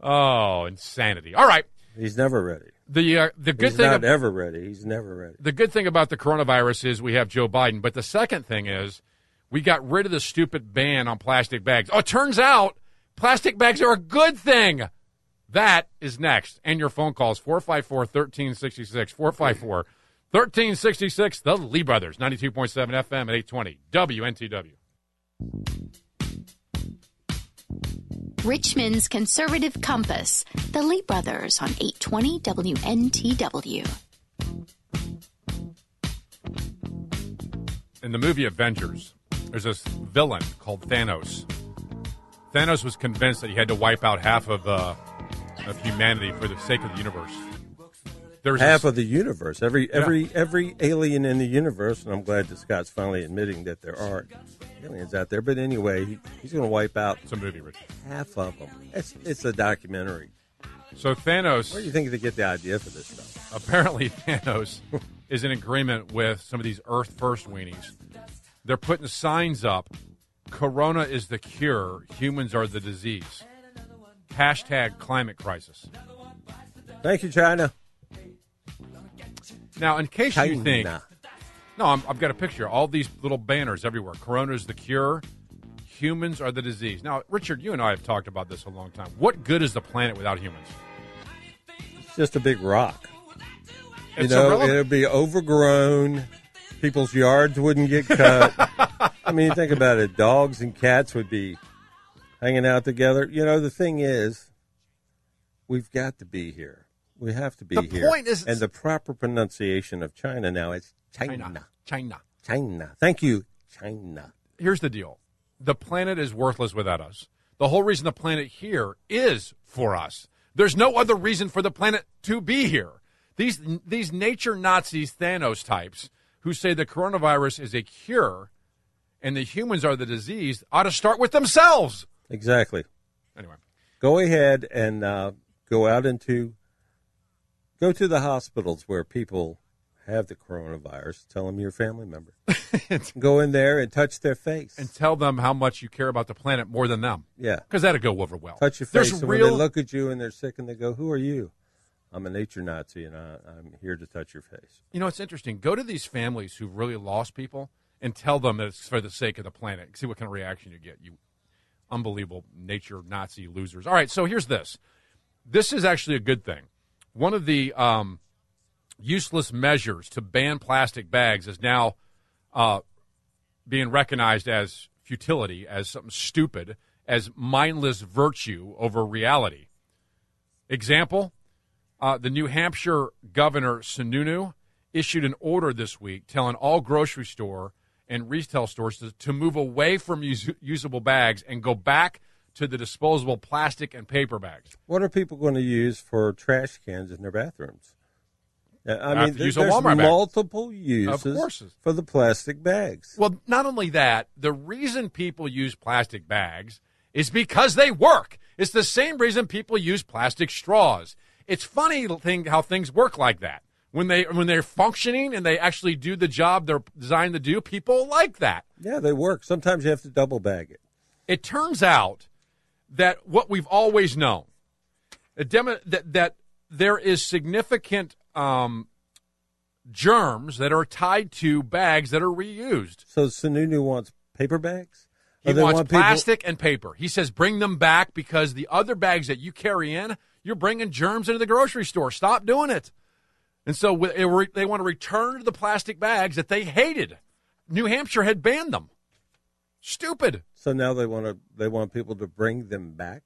B: Oh, insanity! All right,
C: He's never ready.
B: the uh, the good
C: He's
B: thing
C: not
B: ab-
C: ever ready. He's never ready.
B: the good thing about the coronavirus is we have Joe Biden, but the second thing is we got rid of the stupid ban on plastic bags. Oh, it turns out plastic bags are a good thing. That is next. And your phone calls 454 1366 454 1366 The Lee Brothers 92.7 FM at 820 WNTW.
A: Richmond's Conservative Compass, The Lee Brothers on 820 WNTW.
B: in the movie Avengers, there's this villain called Thanos. Thanos was convinced that he had to wipe out half of uh, of humanity for the sake of the universe. There's
C: Half
B: this, *laughs*
C: of the universe. Every every every alien in the universe, and I'm glad that Scott's finally admitting that there are aliens out there. But anyway, he, he's going to wipe out
B: it's a movie, Richard.
C: half of them. It's it's a documentary.
B: So Thanos
C: Where do you think they get the idea for this stuff?
B: apparently *laughs* Thanos is in agreement with some of these Earth First weenies. They're putting signs up. Corona is the cure. Humans are the disease. Hashtag climate crisis.
C: Thank you, China.
B: Now, in case you
C: China.
B: think No, I'm, I've got a picture. All these little banners everywhere. Corona is the cure. Humans are the disease. Now, Richard, you and I have talked about this a long time. What good is the planet without humans?
C: It's just a big rock. You
B: It's
C: know,
B: irrelevant.
C: it'd be overgrown. People's yards wouldn't get
B: *laughs*
C: cut. I mean, think about it. Dogs and cats would be hanging out together. You know, the thing is, we've got to be here. We have to be
B: The
C: here.
B: point is-
C: and the proper pronunciation of China now is China.
B: China. China.
C: China. Thank you, China.
B: Here's the deal the planet is worthless without us. The whole reason the planet here is for us. There's no other reason for the planet to be here. These, these nature Nazis, Thanos types, who say the coronavirus is a cure and the humans are the disease, ought to start with themselves.
C: Exactly.
B: Anyway.
C: go ahead and uh, go out into go to the hospitals where people have the coronavirus tell them you're a family
B: *laughs*
C: member go in there and touch their face
B: and tell them how much you care about the planet more than them.
C: yeah
B: Because that'd go over well.
C: touch your
B: There's
C: face and
B: real,
C: when they look at you and they're sick and they go who are you i'm a nature nazi and I, i'm here to touch your face
B: You know, it's interesting. Go to these families who've really lost people and tell them that it's for the sake of the planet. See what kind of reaction you get. You unbelievable nature Nazi losers. All right, so here's this. This is actually a good thing. One of the um, useless measures to ban plastic bags is now uh, being recognized as futility, as something stupid, as mindless virtue over reality. Example uh, the New Hampshire Governor Sununu issued an order this week telling all grocery store and retail stores to, to move away from us- usable bags and go back to the disposable plastic and paper bags.
C: what are people going to use for trash cans in their bathrooms Uh, i
B: Have
C: mean
B: to
C: there-
B: use a
C: there's
B: Walmart bag.
C: multiple uses
B: course.
C: for the plastic bags
B: Well, not only that, the reason people use plastic bags is because they work. It's the same reason people use plastic straws. It's funny thing how things work like that. When they when they're functioning and they actually do the job they're designed to do, people like that.
C: yeah they work sometimes you have to double bag it
B: It turns out that what we've always known a demo, that that there is significant um, germs that are tied to bags that are reused.
C: So Sununu wants paper bags.
B: He
C: Or they
B: wants
C: want people-
B: plastic and paper. He says bring them back because the other bags that you carry in, you're bringing germs into the grocery store. Stop doing it. And so wi- they re- they want to return to the plastic bags that they hated. New Hampshire had banned them. Stupid.
C: So now they want to. They want people to bring them back.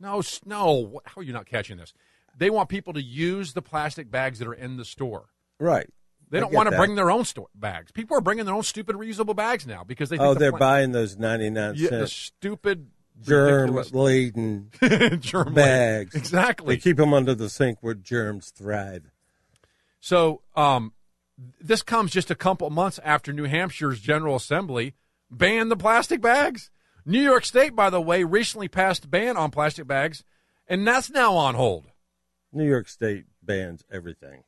B: No, s- no. Wh- How are you not catching this? They want people to use the plastic bags that are in the store.
C: Right.
B: They
C: I
B: don't
C: get
B: want to
C: that.
B: bring their own store bags. People are bringing their own stupid reusable bags now because they think
C: Oh,
B: the
C: they're
B: pla-
C: buying those ninety nine
B: yeah, the
C: cent
B: stupid
C: germ
B: ridiculous- *laughs*
C: laden
B: germ
C: bags.
B: Exactly.
C: They keep them under the sink where germs thrive.
B: So um, this comes just a couple months after New Hampshire's General Assembly banned the plastic bags. New York State, by the way, recently passed a ban on plastic bags, and that's now on hold.
C: New York State bans everything.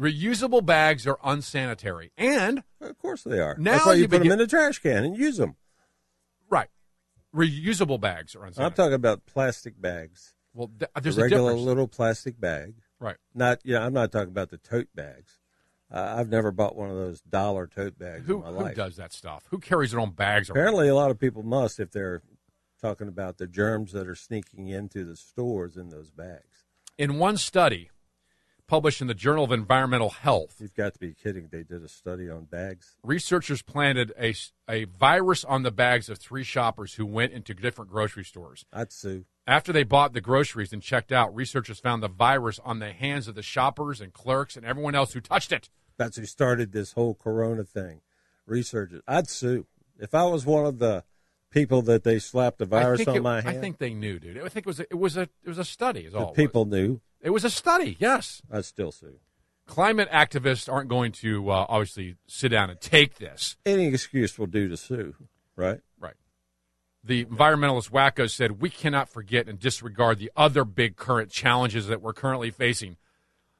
B: Reusable bags are unsanitary, and
C: Of course they are.
B: Now
C: That's why you,
B: you
C: put
B: begin-
C: them in a trash can and use them.
B: right, reusable bags are unsanitary.
C: I'm talking about plastic bags,
B: well, th- uh, there's
C: the
B: a
C: regular
B: difference,
C: little plastic bag.
B: right?
C: Not you know, I'm not talking about the tote bags. Uh, I've never bought one of those dollar tote bags
B: Who
C: in my
B: who
C: life.
B: does that stuff? Who carries their own bags? around?
C: Apparently, a lot of people must if they're talking about the germs that are sneaking into the stores in those bags.
B: in one study published in the Journal of Environmental Health,
C: You've got to be kidding. They did a study on bags.
B: researchers planted a, s- a virus on the bags of three shoppers who went into different grocery stores.
C: I'd sue.
B: After they bought the groceries and checked out, researchers found the virus on the hands of the shoppers and clerks and everyone else who touched it.
C: That's who started this whole corona thing. Researchers. I'd sue. If I was one of the people that they slapped a
B: I
C: virus
B: think
C: on
B: it-
C: my hand,
B: I think they knew, dude. I think it was a, it was a it was a study. Is
C: the
B: all it was.
C: people knew,
B: It was a study. Yes.
C: I'd still sue.
B: Climate activists aren't going to uh, obviously sit down and take this.
C: Any excuse will do to sue, right?
B: Right. The environmentalist wackos said, we cannot forget and disregard the other big current challenges that we're currently facing.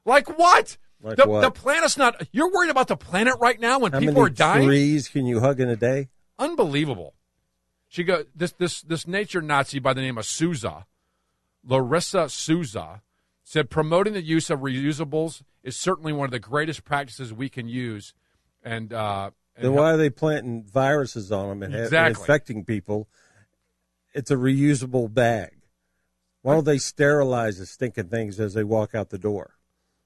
B: Like what?
C: Like
B: the,
C: what?
B: the planet's not. You're worried about the planet right now when
C: How
B: people
C: many
B: are dying?
C: trees can you hug in a day?
B: Unbelievable. She go this this this nature Nazi by the name of Souza, Larissa Souza, said promoting the use of reusables is certainly one of the greatest practices we can use and uh, and
C: Then why are they planting viruses on them and, ha- and
B: Exactly.
C: infecting people? It's a reusable bag. Why don't they sterilize the stinking things as they walk out the door?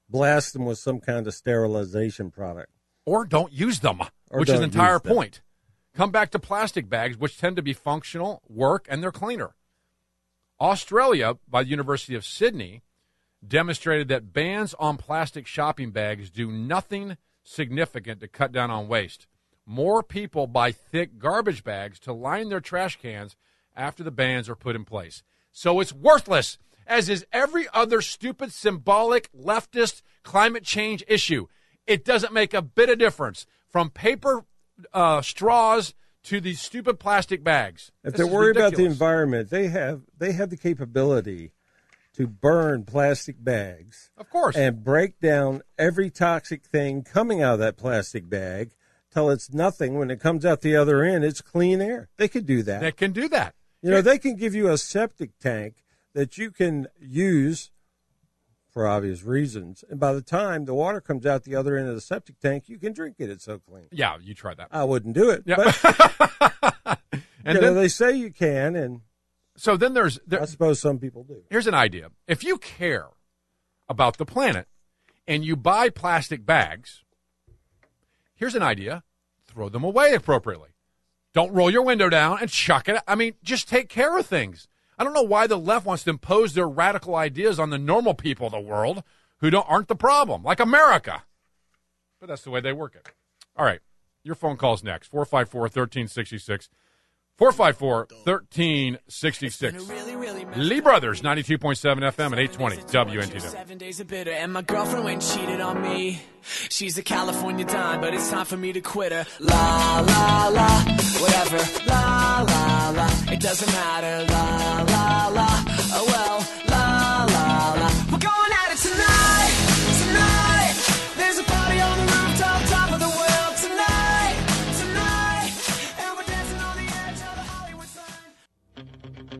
C: Blast them with some kind of sterilization product.
B: or don't use them,
C: Or
B: which is the
C: don't
B: entire
C: use them.
B: point. Come back to plastic bags, which tend to be functional, work, and they're cleaner. Australia, by the University of Sydney, demonstrated that bans on plastic shopping bags do nothing significant to cut down on waste. More people buy thick garbage bags to line their trash cans after the bans are put in place. So it's worthless, as is every other stupid symbolic leftist climate change issue. It doesn't make a bit of difference from paper uh, straws to these stupid plastic bags.
C: If
B: This
C: they're
B: is
C: worried about the
B: ridiculous.
C: environment, they have they have the capability to burn plastic bags
B: Of course.
C: and break down every toxic thing coming out of that plastic bag till it's nothing. When it comes out the other end, it's clean air. They could do that.
B: they can do that.
C: You know, they can give you a septic tank that you can use for obvious reasons. And by the time the water comes out the other end of the septic tank, you can drink it. It's so clean.
B: Yeah, you try that.
C: I wouldn't do it.
B: Yeah.
C: But you
B: *laughs* and
C: know,
B: then,
C: they say you can, and
B: so then there's there,
C: I suppose some people do.
B: here's an idea. If you care about the planet and you buy plastic bags, here's an idea. Throw them away appropriately. Don't roll your window down and chuck it. I mean, just take care of things. I don't know why the left wants to impose their radical ideas on the normal people of the world who don't aren't the problem, like America. But that's the way they work it. All right. Your phone call's next. 454 1366. 454 1366. Lee Brothers, 92.7 FM and 820 WNTW.
E: Seven days of bitter, and my girlfriend went and cheated on me. She's a California dime, but it's time for me to quit her. La la la, whatever. La la la, it doesn't matter. La la la, oh well. La la la, we're going at it tonight, tonight. There's a party on the rooftop, top of the world tonight, tonight, and we're dancing on the edge of the Hollywood sign.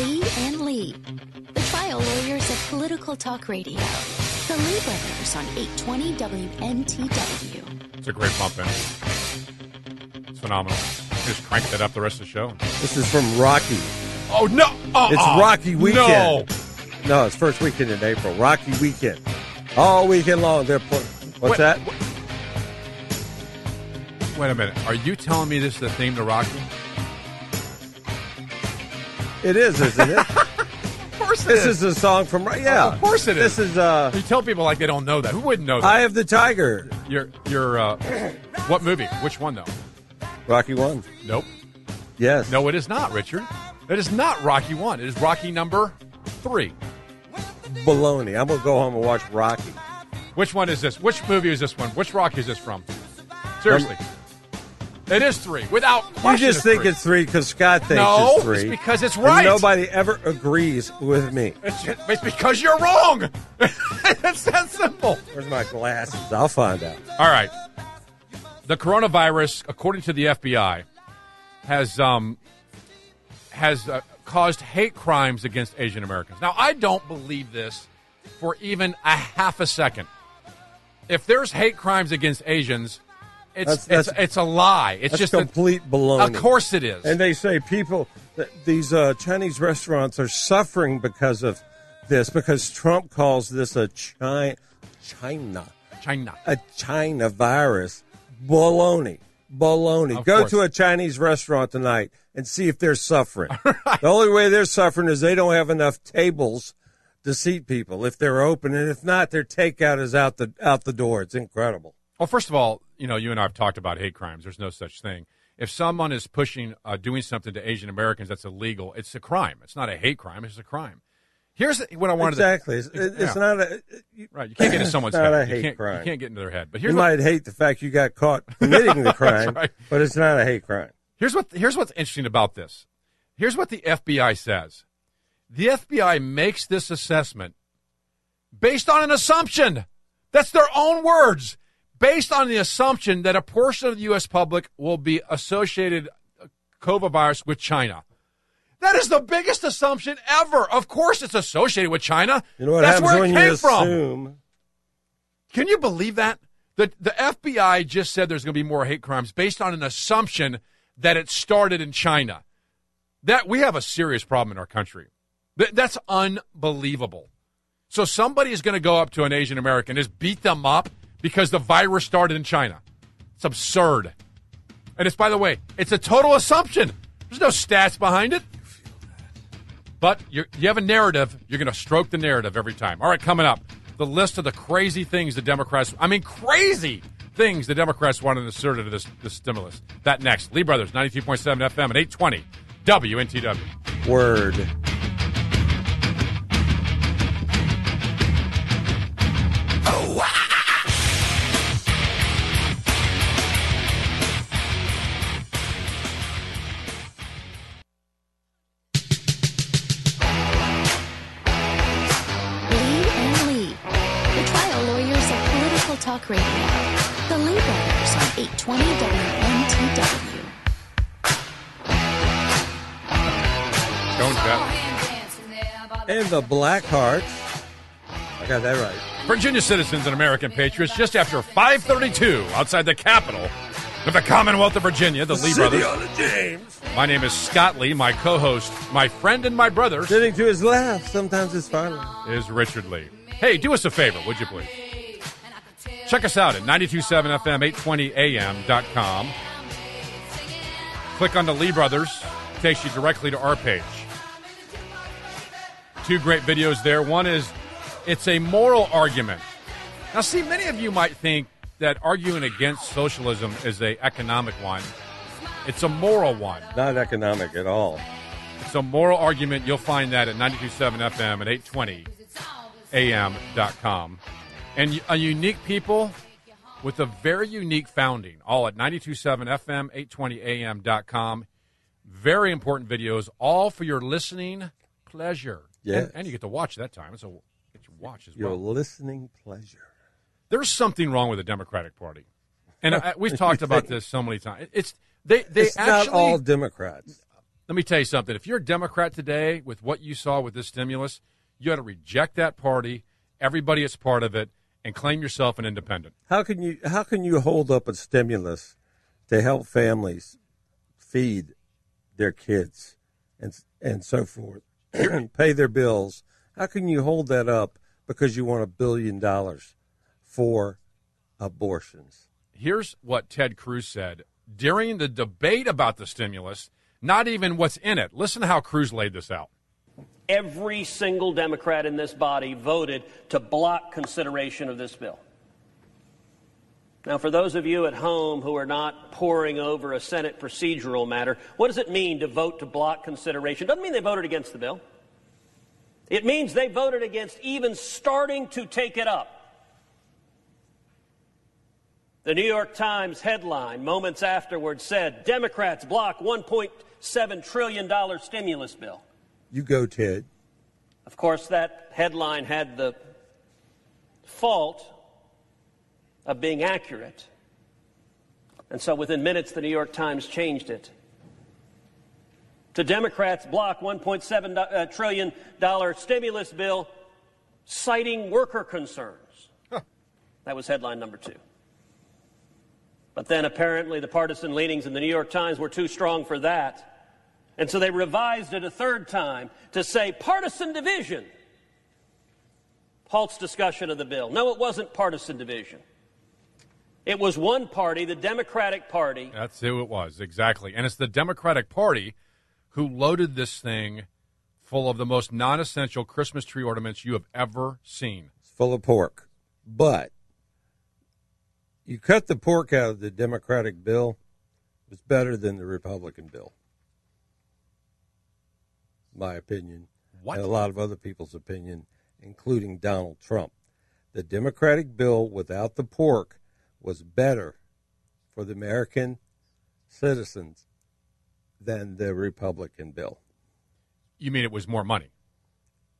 A: Lee and Lee, the trial lawyers of political talk radio. The Lee Brothers on 820 WNTW.
B: It's a great bump in. It's phenomenal. Just crank that up the rest of the show.
C: This is from Rocky.
B: Oh, no. Uh-uh.
C: It's Rocky Weekend.
B: No.
C: No, it's first weekend in April. Rocky Weekend. All weekend long. They're pl- What's
B: Wait,
C: that?
B: wait- Wait a minute. Are you telling me this is the theme to Rocky?
C: It is, isn't
B: *laughs*
C: it?
B: Of course
C: this is a song from. Ro- Yeah.
B: Of course it is.
C: This is uh,
B: You tell people like they don't know that. Who wouldn't know that?
C: Eye of the Tiger.
B: Your your uh, what movie? Which one though?
C: Rocky one.
B: Nope.
C: Yes.
B: No, it is not, Richard. It is not Rocky one. It is Rocky number three.
C: Baloney. I'm gonna go home and watch Rocky.
B: Which one is this? Which movie is this one? Which Rocky is this from? Seriously, it is three without
C: You
B: question.
C: just think
B: three.
C: it's three because Scott thinks
B: No,
C: it's three.
B: it's because it's
C: And
B: right.
C: nobody ever agrees with me.
B: It's, ju- it's because you're wrong. *laughs* it's that simple.
C: Where's my glasses? I'll find out.
B: All right. The coronavirus, according to the FBI, has um, has uh, caused hate crimes against Asian Americans. Now, I don't believe this for even a half a second. If there's hate crimes against Asians,
C: That's-
B: it's
C: that's-
B: it's, it's a lie. It's
C: That's
B: just a-
C: complete baloney.
B: Of course it is.
C: And they say people, th- these uh, Chinese restaurants are suffering because of this, because Trump calls this a China, China,
B: China.
C: a China virus. Baloney. Baloney.
B: Of
C: Go
B: course.
C: to a Chinese restaurant tonight and see if they're
B: *laughs*
C: suffering. The only way they're suffering is they don't have enough tables to seat people if they're open, and if not, their takeout is out the out the door. It's incredible.
B: Well, first of all, you know, you and I have talked about hate crimes. There's no such thing. If someone is pushing, uh, doing something to Asian Americans that's illegal, it's a crime. It's not a hate crime. It's a crime. Here's what I wanted
C: exactly.
B: to
C: It's, it- it's
B: Yeah.
C: not a. you-
B: Right, you can't
C: *laughs*
B: get into someone's
C: Not
B: head.
C: a
B: you
C: hate
B: can't,
C: crime.
B: You can't get into their head. But
C: You
B: here's what,
C: might hate the fact you got
B: *laughs*
C: caught committing the crime,
B: right.
C: but it's not a hate crime.
B: Here's what here's what's interesting about this. Here's what the FBI says. The FBI makes this assessment based on an assumption. That's their own words. Based on the assumption that a portion of the US public will be associated uh, COVID virus with China. That is the biggest assumption ever. Of course, it's associated with China.
C: You know what
B: That's
C: happens
B: where it
C: when
B: came
C: you
B: from.
C: assume?
B: Can you believe that? The, the FBI just said there's going to be more hate crimes based on an assumption that it started in China. That we have a serious problem in our country. Th- that's unbelievable. So somebody is going to go up to an Asian American, just beat them up because the virus started in China. It's absurd. And it's by the way, it's a total assumption. There's no stats behind it. But you you have a narrative. You're going to stroke the narrative every time. All right, coming up, the list of the crazy things the Democrats, I mean, crazy things the Democrats wanted to insert into this, this stimulus. That next. Lee Brothers, 92.7 FM at 820 WNTW.
C: Word.
A: Lee and Lee, the trial lawyers of political talk radio. The Lee Brothers on 820 WNTW.
B: Don't bet.
C: And the Blackhearts. I got that right.
B: Virginia citizens and American patriots just after 532 outside the capital of the Commonwealth of Virginia, the Lee Brothers. My name is Scott Lee, my co-host, my friend and my brother.
C: Sitting to his left, sometimes it's fun.
B: is Richard Lee. Hey, do us a favor, would you please? Check us out at 927fm820am.com. Click on the Lee Brothers, takes you directly to our page. Two great videos there. One is it's a moral argument. Now, see, many of you might think that arguing against socialism is a economic one. It's a moral one.
C: Not economic at all.
B: It's a moral argument. You'll find that at 927 FM at 820 AM.com. And y- a unique people with a very unique founding, all at 927 FM, 820 AM.com. Very important videos, all for your listening pleasure.
C: Yes.
B: And, and you get to watch that time. It's a get to watch as
C: Your
B: well.
C: listening pleasure.
B: There's something wrong with the Democratic Party. And I,
C: *laughs*
B: we've talked about this so many times. It's they, they
C: it's
B: actually
C: not all Democrats.
B: let me tell you something. If you're a Democrat today, with what you saw with this stimulus, you ought to reject that party, everybody that's part of it, and claim yourself an independent.
C: How can you how can you hold up a stimulus to help families feed their kids and and so forth *clears throat* and pay their bills? How can you hold that up because you want a billion dollars for abortions?
B: Here's what Ted Cruz said during the debate about the stimulus, not even what's in it. Listen to how Cruz laid this out.
I: Every single Democrat in this body voted to block consideration of this bill. Now, for those of you at home who are not poring over a Senate procedural matter, what does it mean to vote to block consideration? Doesn't mean they voted against the bill. It means they voted against even starting to take it up. The New York Times headline moments afterwards said Democrats block $1.7 trillion stimulus bill.
C: You go, Ted.
I: Of course, that headline had the fault of being accurate. And so within minutes, the New York Times changed it. To Democrats block $1.7 uh, trillion dollar stimulus bill, citing worker concerns. That was headline number two. But then apparently the partisan leanings in the New York Times were too strong for that. And so they revised it a third time to say partisan division halts discussion of the bill. No, it wasn't partisan division. It was one party, the Democratic Party,
B: That's who it was, exactly. And it's the Democratic Party who loaded this thing full of the most non essential Christmas tree ornaments you have ever seen.
C: It's full of pork. But you cut the pork out of the Democratic bill, it's better than the Republican bill. My opinion.
B: What?
C: And a lot of other people's opinion, including Donald Trump. The Democratic bill without the pork was better for the American citizens than the Republican bill.
B: You mean it was more money?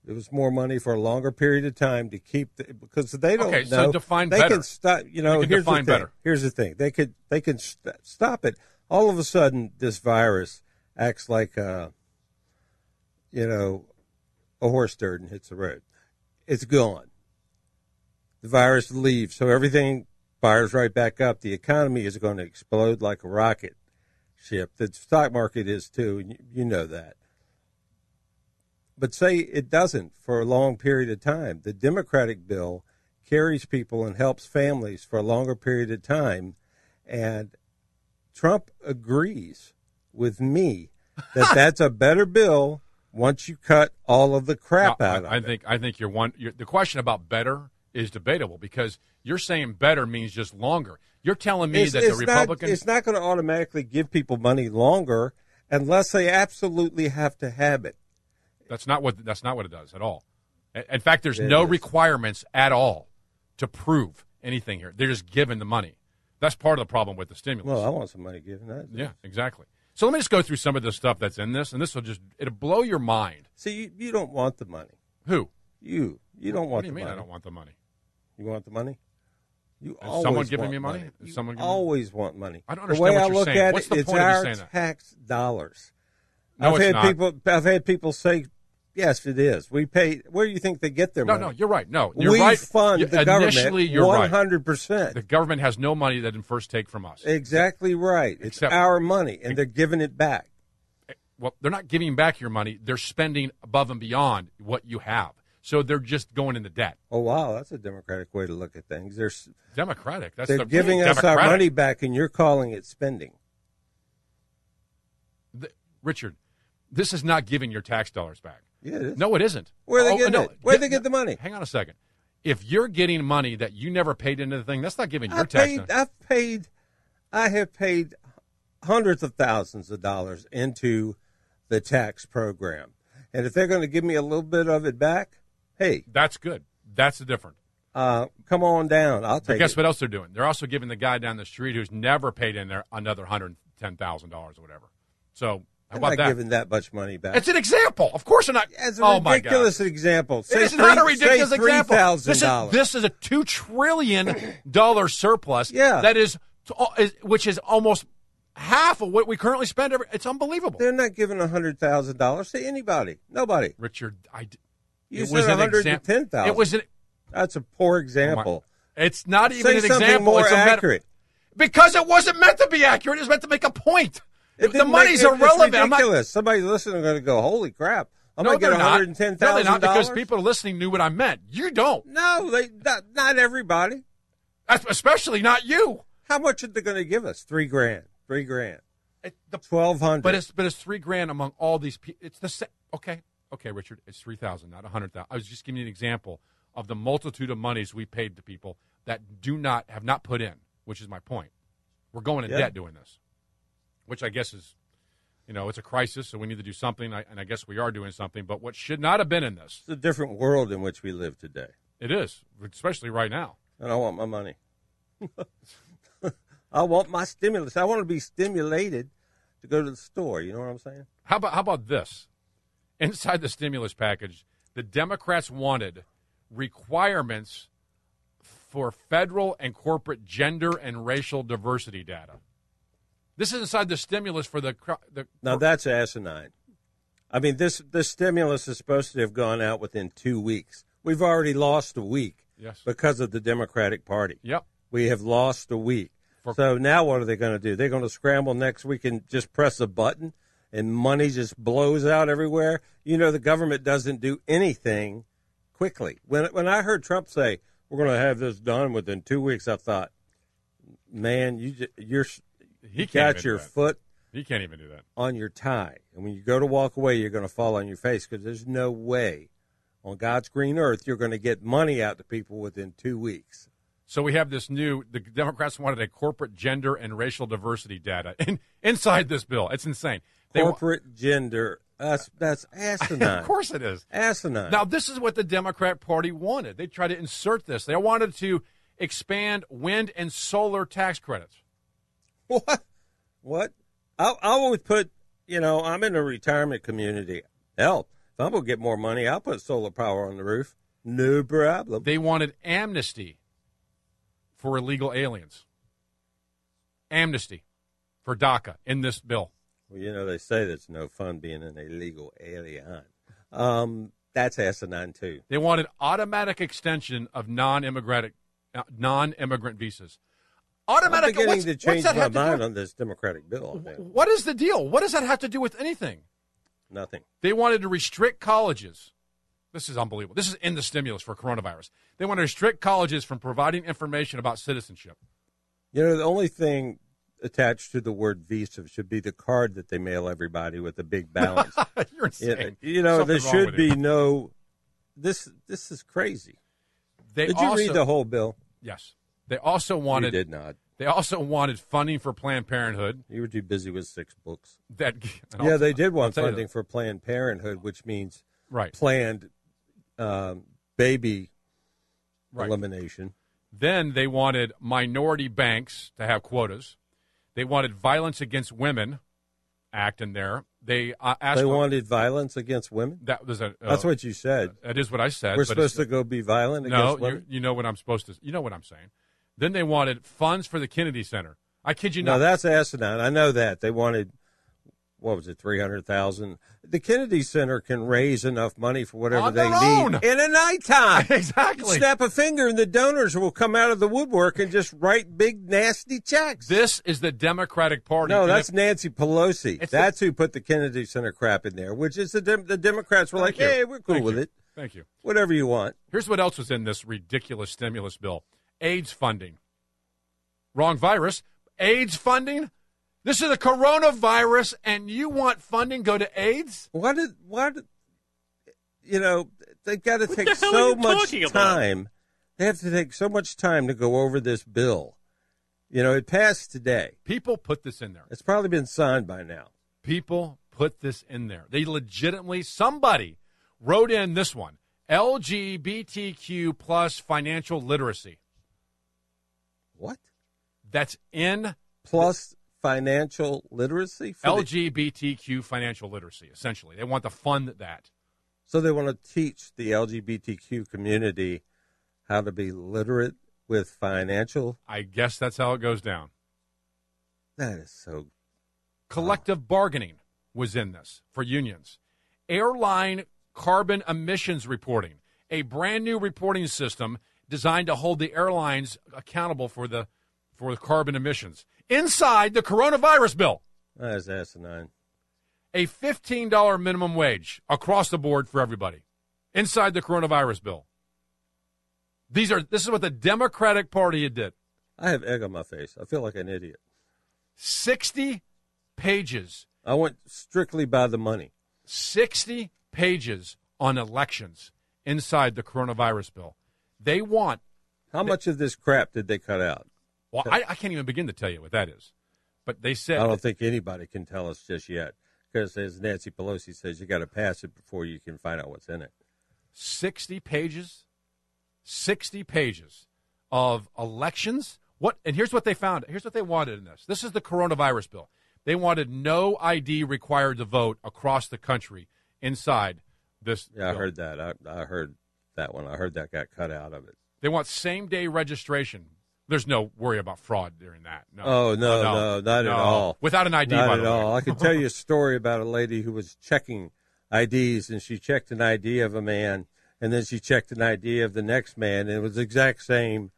C: It was more money for a longer period of time to keep the, because they don't
B: Okay,
C: know.
B: so define
C: they
B: better.
C: can stop. You know,
B: We can
C: here's
B: define
C: the thing.
B: better.
C: Here's the thing. They could they can st- stop it. All of a sudden, this virus acts like a you know, a horse turd and hits the road. It's gone. The virus leaves, so everything fires right back up. The economy is going to explode like a rocket ship. The stock market is too, and you, you know that. But say it doesn't for a long period of time. The Democratic bill carries people and helps families for a longer period of time. And Trump agrees with me
B: *laughs*
C: that that's a better bill once you cut all of the crap
B: No,
C: out of
B: I, I
C: it.
B: think I think you're one. You're, the question about better is debatable because you're saying better means just longer. You're telling me
C: it's,
B: that
C: it's
B: the
C: not,
B: Republicans
C: it's not going to automatically give people money longer unless they absolutely have to have it.
B: that's not what that's not what it does at all. In- In fact, there's no
C: is.
B: requirements at all to prove anything here. They're just given the money. That's part of the problem with the stimulus.
C: Well, I want some money given. I,
B: yeah, exactly. So let me just go through some of the stuff that's in this, and this will just it'll blow your mind.
C: See, you, you don't want the money.
B: Who?
C: You you don't
B: What
C: want
B: do
C: the
B: you mean?
C: money.
B: I don't want the money.
C: You want the money? You
B: Is
C: always
B: someone giving
C: want
B: me money? Is
C: You
B: someone giving me-
C: always want money.
B: I don't
C: the way
B: understand what
C: I
B: you're
C: look
B: saying.
C: at
B: What's
C: it,
B: the
C: it's
B: point of you
C: our
B: saying that?
C: tax dollars.
B: No,
C: I've
B: it's
C: had
B: not.
C: people. I've had people say, "Yes, it is. We pay." Where do you think they get their
B: No,
C: money?
B: no, you're right. No, you're
C: we
B: right.
C: fund
B: You-
C: the
B: initially,
C: government
B: you're
C: one
B: right.
C: hundred
B: The
C: percent.
B: government has no money that can first take from us.
C: Exactly right. It's
B: Except-
C: our money, and they're giving it back.
B: well, they're not giving back your money. They're spending above and beyond what you have. So they're just going into debt.
C: Oh wow, that's a democratic way to look at things. They're s-
B: Democratic. That's
C: they're
B: the
C: giving us
B: Democratic.
C: our money back, and you're calling it spending.
B: Th- Richard, this is not giving your tax dollars back.
C: Yeah, it is.
B: No, it isn't. Oh,
C: Where are they getting
B: no.
C: it? Where do
B: Yeah,
C: they get the money?
B: Hang on a second. If you're getting money that you never paid into the thing, that's not giving your
C: I
B: tax.
C: paid,
B: dollars.
C: I've paid, I have paid hundreds of thousands of dollars into the tax program, and if they're going to give me a little bit of it back, hey,
B: That's good. That's the difference.
C: uh, come on down, I'll
B: But
C: take
B: guess
C: it.
B: what else they're doing? They're also giving the guy down the street who's never paid in there another hundred ten thousand dollars or whatever. So how
C: I'm
B: about
C: not
B: that?
C: giving that much money back.
B: It's an example. Of course, they're not.
C: That's a
B: oh my God.
C: ridiculous example. Say
B: it's not a
C: three- say
B: ridiculous example. This is
C: $3,000.
B: this is a two trillion dollar surplus.
C: Yeah.
B: that is, to- is- which is almost half of what we currently spend. Every, it's unbelievable.
C: They're not giving hundred thousand dollars to anybody. Nobody.
B: Richard, I. d-
C: You
B: it
C: said
B: was an
C: $110,000.
B: example. It was an.
C: That's a poor
B: oh my-
C: example.
B: it's not even
C: Say
B: an
C: something
B: example.
C: more
B: it's a meta-
C: accurate.
B: because it wasn't meant to be accurate. It was meant to make a point.
C: It
B: the
C: didn't
B: money's
C: make, it-
B: irrelevant.
C: It's
B: I'm not-
C: ridiculous. Somebody listening is going to go, "Holy crap! I'm
B: no,
C: going to
B: they're
C: get
B: not.
C: hundred and ten
B: No, they're
C: thousand
B: not
C: dollars."
B: because people listening knew what I meant. You don't,
C: No, they not, not everybody.
B: especially not you.
C: How much are they going to give us? Three grand. Three grand.
B: It- the
C: Twelve hundred.
B: But it's but it's three grand among all these people. It's the same. Okay, okay, Richard. It's three thousand, not a hundred thousand. I was just giving you an example of the multitude of monies we paid to people that do not have not put in, which is my point. We're going in
C: Yeah.
B: debt doing this, which I guess is, you know, it's a crisis, so we need to do something. I, and I guess we are doing something. But what should not have been in this,
C: It's a different world in which we live today,
B: it is, especially right now.
C: and I want my money. *laughs* I want my stimulus. I want to be stimulated to go to the store. You know what I'm saying?
B: How about how about this? Inside the stimulus package, the Democrats wanted requirements for federal and corporate gender and racial diversity data. This is inside the stimulus for the cro- the
C: Now that's asinine. I mean, this this stimulus is supposed to have gone out within two weeks. We've already lost a week
B: Yes.
C: because of the Democratic Party.
B: Yep.
C: We have lost a week.
B: For-
C: so now what are they going to do? They're going to scramble next week and just press a button and money just blows out everywhere. You know, the government doesn't do anything quickly. When, when I heard Trump say, we're going to have this done within two weeks, I thought, man, you just, you're,
B: He
C: you
B: can't
C: got
B: even
C: your
B: do that.
C: foot
B: He can't even do that.
C: on your tie. And when you go to walk away, you're going to fall on your face because there's no way on God's green earth you're going to get money out to people within two weeks.
B: So we have this new. The Democrats wanted a corporate gender and racial diversity data in, inside this bill. It's insane. They wa-
C: Corporate gender. That's, that's asinine.
B: *laughs* of course it is.
C: Asinine.
B: Now, this is what the Democrat Party wanted. They tried to insert this. They wanted to expand wind and solar tax credits.
C: what? What? I, I always put, you know, I'm in a retirement community. Hell, if I'm going to get more money, I'll put solar power on the roof. No problem.
B: They wanted amnesty for illegal aliens. Amnesty for DACA in this bill.
C: well, you know, they say that it's no fun being an illegal alien. Um, that's asinine too.
B: They wanted automatic extension of non-immigrant uh, non-immigrant visas.
C: I'm
B: Automatic.
C: beginning
B: what's,
C: to
B: what's
C: change
B: that
C: my
B: have to do
C: mind
B: with- Mm-hmm.
C: on this Democratic bill. I think.
B: What is the deal? What does that have to do with anything?
C: Nothing.
B: They wanted to restrict colleges. This is unbelievable. This is in the stimulus for coronavirus. They want to restrict colleges from providing information about citizenship.
C: You know, the only thing attached to the word visa should be the card that they mail everybody with a
B: *laughs*
C: big balance.
B: *laughs* You're insane.
C: Yeah, you know,
B: Something
C: there
B: wrong
C: should
B: with
C: be
B: you.
C: no. This this is crazy.
B: They
C: Did you
B: also,
C: read the whole bill?
B: Yes. They also wanted.
C: you did not.
B: They also wanted funding for Planned Parenthood.
C: You were too busy with six books.
B: That *laughs* and
C: yeah,
B: I'll-
C: they did want
B: I'll tell you
C: funding for Planned Parenthood, which means
B: that. Right.
C: planned um, baby
B: Right.
C: elimination.
B: Then they wanted minority banks to have quotas. They wanted Violence Against Women Act in there. They uh, asked.
C: they wanted violence against women.
B: that was a. uh,
C: That's what you said.
B: That is what I said.
C: We're
B: but it's-
C: supposed to go be violent
B: No,
C: against
B: you,
C: women.
B: you know what I'm supposed to. You know what I'm saying. Then they wanted funds for the Kennedy Center. I kid you
C: no,
B: not.
C: that's asinine. I know that they wanted. What was it? Three hundred thousand. The Kennedy Center can raise enough money for whatever
B: On
C: they
B: their own.
C: need in a nighttime.
B: *laughs* exactly.
C: Snap a finger, and the donors will come out of the woodwork and just write big nasty checks.
B: This is the Democratic Party.
C: No,
B: And
C: that's
B: if-
C: Nancy Pelosi.
B: It's
C: That's who put the Kennedy Center crap in there, which is the dem- the Democrats were like,
B: Thank you.
C: "Hey, we're cool
B: Thank
C: with
B: you.
C: it.
B: Thank you.
C: Whatever you want."
B: Here's what else was in this ridiculous stimulus bill: AIDS funding. Wrong virus. AIDS funding. This is the coronavirus, and you want funding go to AIDS?
C: Why did why did you know they've got to take
I: the hell are
C: so
I: you
C: much
I: talking about?
C: time? They have to take so much time to go over this bill. You know, it passed today.
B: People put this in there.
C: It's probably been signed by now.
B: People put this in there. They legitimately somebody wrote in this one: LGBTQ plus financial literacy.
C: What?
B: That's in
C: Plus financial literacy. for the-
B: LGBTQ financial literacy, essentially. They want to fund that.
C: so they want to teach the LGBTQ community how to be literate with financial.
B: I guess that's how it goes down.
C: That is so
B: Collective bargaining was in this for unions. Airline carbon emissions reporting, a brand new reporting system designed to hold the airlines accountable for the for the carbon emissions inside the coronavirus bill.
C: that is asinine.
B: A $15 minimum wage across the board for everybody inside the coronavirus bill. These are this is what the Democratic Party did.
C: I have egg on my face. I feel like an idiot.
B: 60 pages,
C: I went strictly by the money.
B: 60 pages on elections inside the coronavirus bill. They want,
C: How much of this crap did they cut out?
B: well, I, I can't even begin to tell you what that is, but they said,
C: I don't think anybody can tell us just yet. Because as Nancy Pelosi says, you got to pass it before you can find out what's in it.
B: 60 pages 60 pages of elections what and here's what they found here's what they wanted in this this is the coronavirus bill they wanted no id required to vote across the country inside this
C: Yeah, I
B: bill.
C: heard that. I, I heard that one. I heard that got cut out of it.
B: they want same day registration there's no worry about fraud during that no
C: Oh no, no, not
B: Uh, No.
C: at all.
B: without an id
C: not
B: by
C: at
B: the way.
C: all. I can tell
B: *laughs*
C: you a story about a lady who was checking IDs, and she checked an ID of a man, and then she checked an ID of the next man, and it was the exact same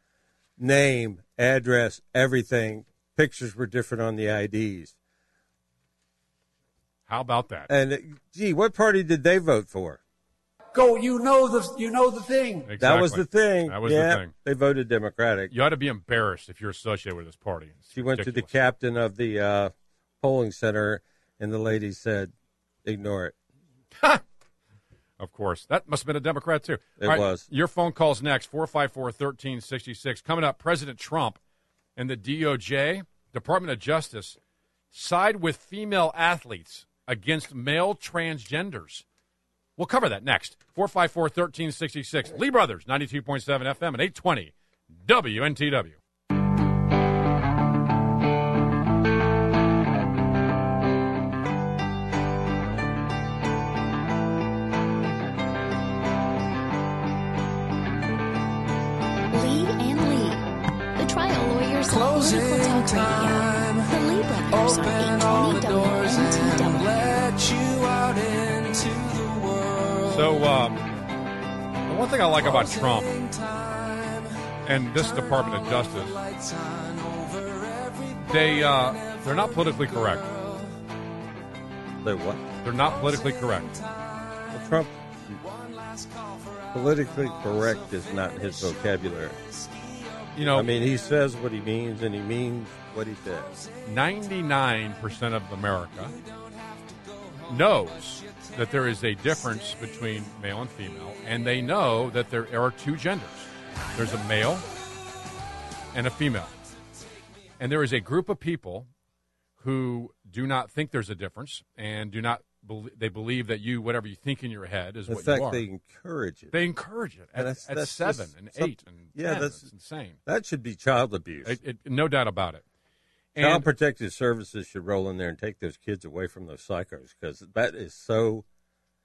C: name, address, everything. Pictures were different on the IDs.
B: how about that
C: And uh, gee, what party did they vote for?
H: Go, you know the you know the thing.
C: That was
B: Exactly.
C: the thing.
B: that was
C: yeah,
B: the thing
C: They voted Democratic.
B: you ought to be embarrassed if you're associated with this party It's
C: She went to the
B: ridiculous.
C: captain of the uh, polling center, and the lady said, "Ignore it."
B: Of course. That must have been a Democrat, too.
C: It was.
B: Your phone call's next 454 1366. Coming up, President Trump and the DOJ, Department of Justice, side with female athletes against male transgenders. We'll cover that next. 454 1366. Lee Brothers, 92.7 FM and 820 WNTW.
A: Lee and Lee, the trial lawyers
D: Closing
A: of Political Talk
D: time.
A: Radio. The Lee Brothers
D: Open all
A: on
D: the doors
A: 820
D: and
A: WNTW.
D: let you out into the world.
B: So, um, the one thing I like about Trump and this Department of Justice, they uh, they're not politically correct.
C: They what?
B: They're not politically correct.
C: Well, Trump politically correct is not his vocabulary.
B: You know,
C: I mean, he says what he means, and he means what he says.
B: 99% of America knows that there is a difference between male and female, and they know that there are two genders there's a male and a female. And there is a group of people who do not think there's a difference and do not. bel They believe that you, whatever you think in your head, is
C: In
B: what
C: fact,
B: you are.
C: they encourage it.
B: They encourage it at,
C: And that's-
B: at
C: that's just
B: seven and
C: some-
B: eight and
C: yeah,
B: 10.
C: that's-
B: It's insane.
C: that should be child abuse.
B: It, it, no doubt about it.
C: Child
B: And-
C: Protective Services should roll in there and take those kids away from those psychos because that is so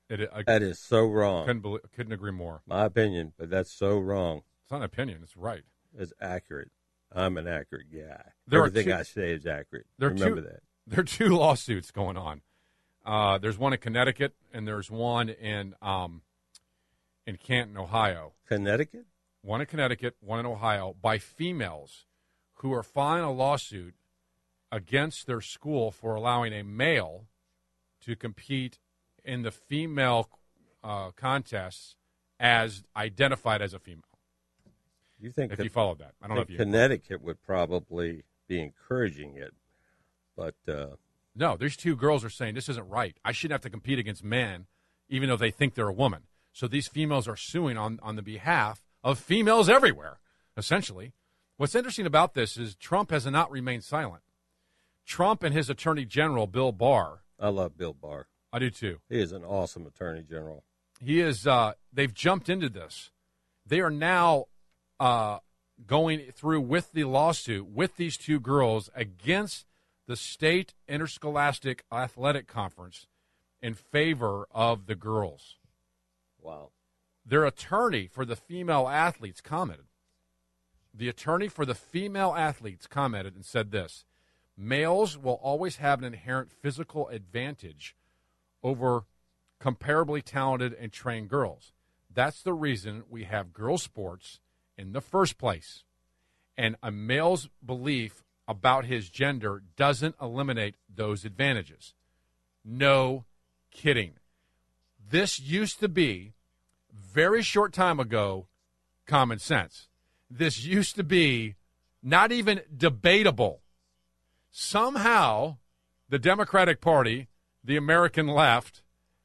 B: It, I
C: that is so wrong.
B: couldn't, believe, couldn't agree more.
C: My opinion, but that's so wrong.
B: It's not an opinion. It's right. *laughs*
C: It's accurate. I'm an accurate guy.
B: There are
C: Everything
B: two-
C: I say is accurate.
B: There are
C: Remember
B: two,
C: that.
B: There are two lawsuits going on. Uh, there's one in Connecticut and there's one in um, in Canton, Ohio.
C: Connecticut.
B: One in Connecticut, one in Ohio, by females who are filing a lawsuit against their school for allowing a male to compete in the female uh, contests as identified as a female.
C: You think
B: If
C: Con-
B: you followed that, I don't know if
C: think
B: you.
C: Connecticut would probably be encouraging it, but uh,
B: No, these two girls are saying this isn't right. I shouldn't have to compete against men, even though they think they're a woman. So these females are suing on, on the behalf of females everywhere, essentially. What's interesting about this is Trump has not remained silent. Trump and his attorney general, Bill Barr,
C: I love Bill Barr.
B: I do too.
C: He is an awesome attorney general.
B: He is, uh, they've jumped into this. They are now uh, going through with the lawsuit with these two girls against the state interscholastic athletic conference in favor of the girls.
C: Wow.
B: Their attorney for the female athletes commented. The attorney for the female athletes commented and said this males will always have an inherent physical advantage over comparably talented and trained girls. That's the reason we have girls' sports in the first place. And a male's belief about his gender doesn't eliminate those advantages. No kidding. This used to be, very short time ago, common sense. This used to be not even debatable. Somehow, the Democratic Party, the American left,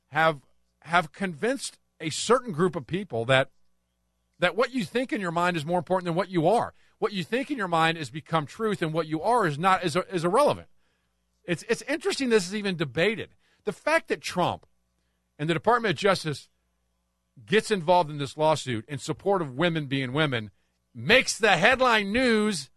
B: have have convinced a certain group of people that that what you think in your mind is more important than what you are. What you think in your mind has become truth, and what you are is not is, is irrelevant. It's it's interesting this is even debated. The fact that Trump and the Department of Justice gets involved in this lawsuit in support of women being women makes the headline news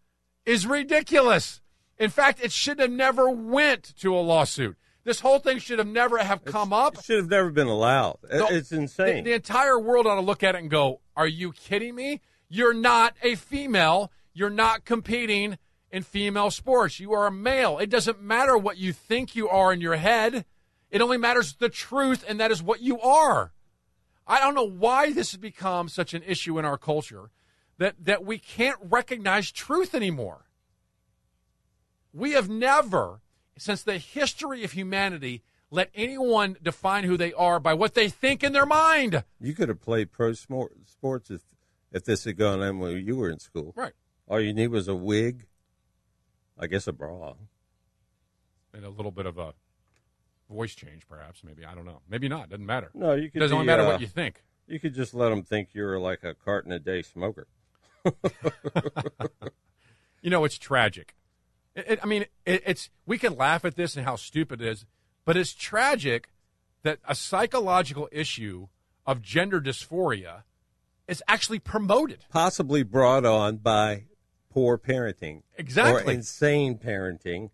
B: is ridiculous. In fact, it should have never went to a lawsuit. This whole thing should have never have come up.
C: It should have never been allowed. It-
B: The-
C: it's insane.
B: The, the entire world ought to look at it and go, "Are you kidding me? You're not a female. You're not competing in female sports. You are a male. It doesn't matter what you think you are in your head. It only matters the truth, and that is what you are." I don't know why this has become such an issue in our culture that that we can't recognize truth anymore. We have never, since the history of humanity, let anyone define who they are by what they think in their mind.
C: You could have played pro smor- sports if, if this had gone on when you were in school.
B: Right.
C: All you need was a wig, I guess a bra.
B: And a little bit of a voice change, perhaps. Maybe. I don't know. Maybe not. Doesn't matter.
C: No, you could.
B: doesn't
C: be,
B: only matter
C: uh,
B: what you think.
C: You could just let them think you're like a carton a day smoker.
B: You know, it's tragic. It, it- I mean, it, it's we can laugh at this and how stupid it is, but it's tragic that a psychological issue of gender dysphoria is actually promoted.
C: Possibly brought on by poor parenting. Or
B: Exactly.
C: insane parenting.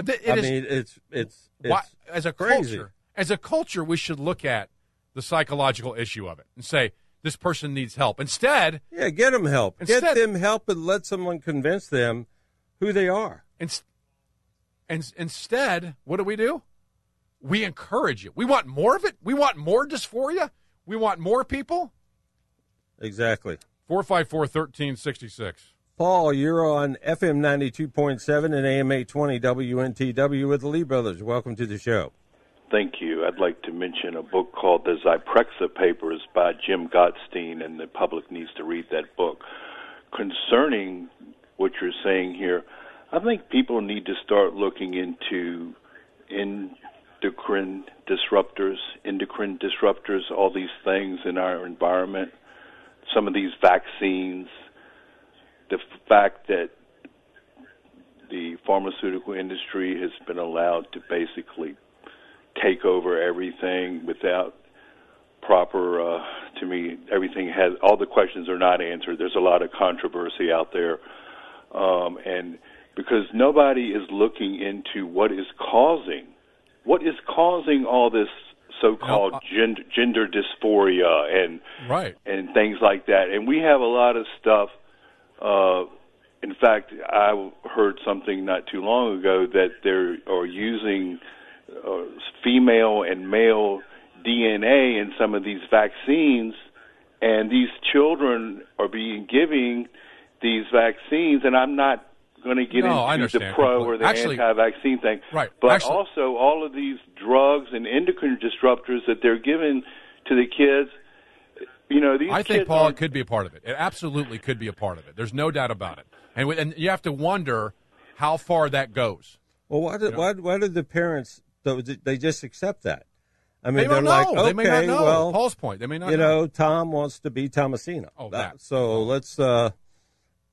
B: It is-
C: I mean, it's it's it's
B: why, as a
C: crazy.
B: culture, as a culture, we should look at the psychological issue of it and say this person needs help. Instead,
C: Yeah, get them help.
B: Instead-
C: get them help and let someone convince them who they are.
B: and, and instead, what do we do? We encourage it. We want more of it. We want more dysphoria. We want more people?
C: Exactly.
B: 454 1366.
C: Paul, you're on FM 92.7 and AM 820 WNTW with the Lee Brothers. Welcome to the show.
J: Thank you. I'd like to mention a book called The Zyprexa Papers by Jim Gottstein, and the public needs to read that book. Concerning what you're saying here, I think people need to start looking into endocrine disruptors, endocrine disruptors, all these things in our environment, some of these vaccines, the fact that the pharmaceutical industry has been allowed to basically take over everything without proper uh, to me everything has all the questions are not answered there's a lot of controversy out there um, and because nobody is looking into what is causing what is causing all this so-called
B: Now, I-
J: gender, gender dysphoria and
B: Right.
J: and things like that. And we have a lot of stuff. Uh, in fact, I heard something not too long ago that they are using uh, female and male DNA in some of these vaccines, and these children are being giving these vaccines. And I'm not going to get
B: No, oh, I
J: into the
B: understand
J: pro
B: completely.
J: or the
B: Actually-
J: anti-vaccine thing,
B: Right.
J: But
B: Actually-
J: also all of these drugs and endocrine disruptors that they're giving to the kids you know, these
B: I
J: kids
B: think Paul
J: aren't-
B: it could be a part of it. It absolutely could be a part of it. There's no doubt about it. And wi- and you have to wonder how far that goes.
C: Well, why did, why, why did the parents, though, did they just accept that? I mean,
B: They
C: are
B: don't
C: like,
B: know.
C: okay,
B: They may not know.
C: well,
B: Paul's point. They may not
C: you
B: know.
C: know, Tom wants to be Thomasina.
B: Oh,
C: That-
B: that.
C: So let's, uh,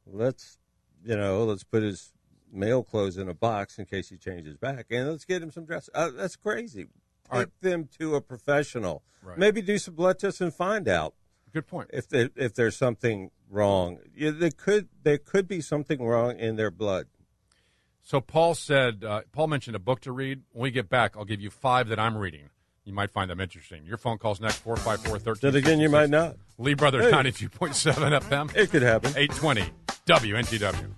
C: let's, you know, let's put his mail clothes in a box in case he changes back, and let's get him some dress. Uh, that's crazy. Take
B: All right.
C: them to a professional.
B: Right.
C: Maybe do some blood tests and find out
B: Good point.
C: if they, if there's something wrong. Yeah, there could there could be something wrong in their blood.
B: So Paul said, uh, Paul mentioned a book to read. When we get back, I'll give you five that I'm reading. You might find them interesting. Your phone calls next, 454-1366.
C: Then again, you might not.
B: Lee Brothers,
C: Hey.
B: 92.7 FM,
C: It could happen.
B: 820 WNTW.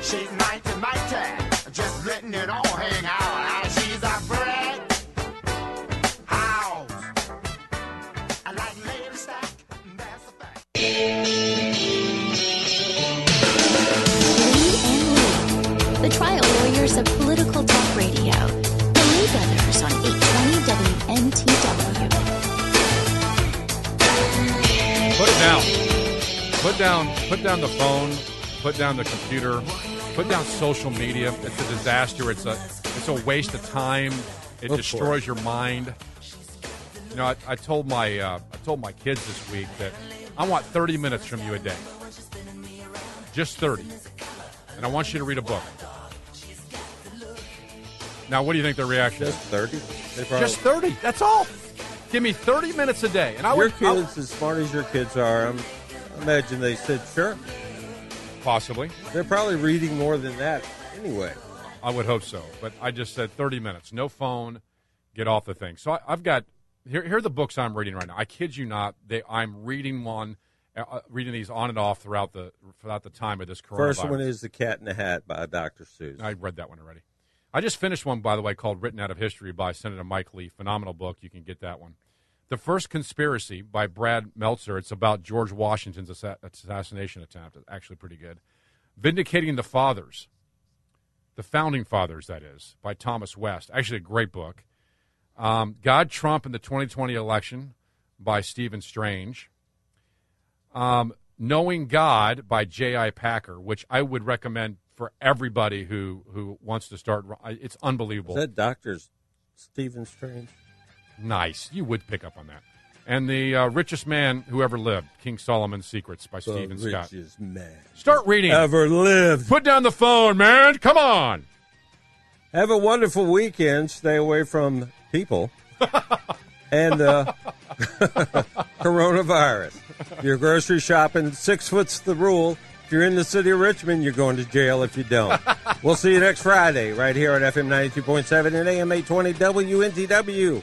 K: She's mighty, mighty. Just letting it all hang out. Ah, She's a bread house. I like lady stack. That's a fact.
A: Lee and Lee, the trial lawyers of political talk radio. The Lee Brothers on 820 WNTW.
B: Put it down. Put down. Put down the phone. Put down the computer. Put down social media. It's a disaster. It's a it's a waste of time. It
C: Of
B: destroys your mind. You know, I, I told my uh, I told my kids this week that I want 30 minutes from you a day, just 30, and I want you to read a book. Now, what do you think their reaction
C: Just
B: is?
C: thirty. They probably,
B: Just 30. That's all. Give me 30 minutes a day, and I
C: your
B: would I would-
C: kids, as smart as your kids are, I'm, I imagine they said sure.
B: possibly.
C: They're probably reading more than that anyway.
B: I would hope so. But I just said 30 minutes, no phone, get off the thing. So I, I've got here, here are the books I'm reading right now. I kid you not, they I'm reading one, uh, uh, reading these on and off throughout the throughout the time of this coronavirus.
C: First one is The Cat in the Hat by Dr. Seuss.
B: I read that one already. I just finished one, by the way, called Written Out of History by Senator Mike Lee. Phenomenal book. You can get that one. The First Conspiracy by Brad Meltzer. It's about George Washington's assa- assassination attempt. It's actually pretty good. Vindicating the Fathers, the Founding Fathers, that is, by Thomas West. Actually, a great book. Um, God, Trump, and the 2020 Election by Stephen Strange. Um, Knowing God by J.I. Packer, which I would recommend for everybody who, who wants to start. I- It's unbelievable.
C: Is that Dr. Stephen Strange?
B: nice. You would pick up on that. And The uh, Richest Man Who Ever Lived, King Solomon's Secrets by Stephen
C: the
B: Scott.
C: richest man
B: Start reading.
C: ever lived.
B: Put down the phone, man. Come on.
C: Have a wonderful weekend. Stay away from people and uh, *laughs* coronavirus. Your grocery shopping, six foot's the rule. If you're in the city of Richmond, you're going to jail if you don't. we'll see you next Friday right here on FM 92.7 and AM 820 WNTW.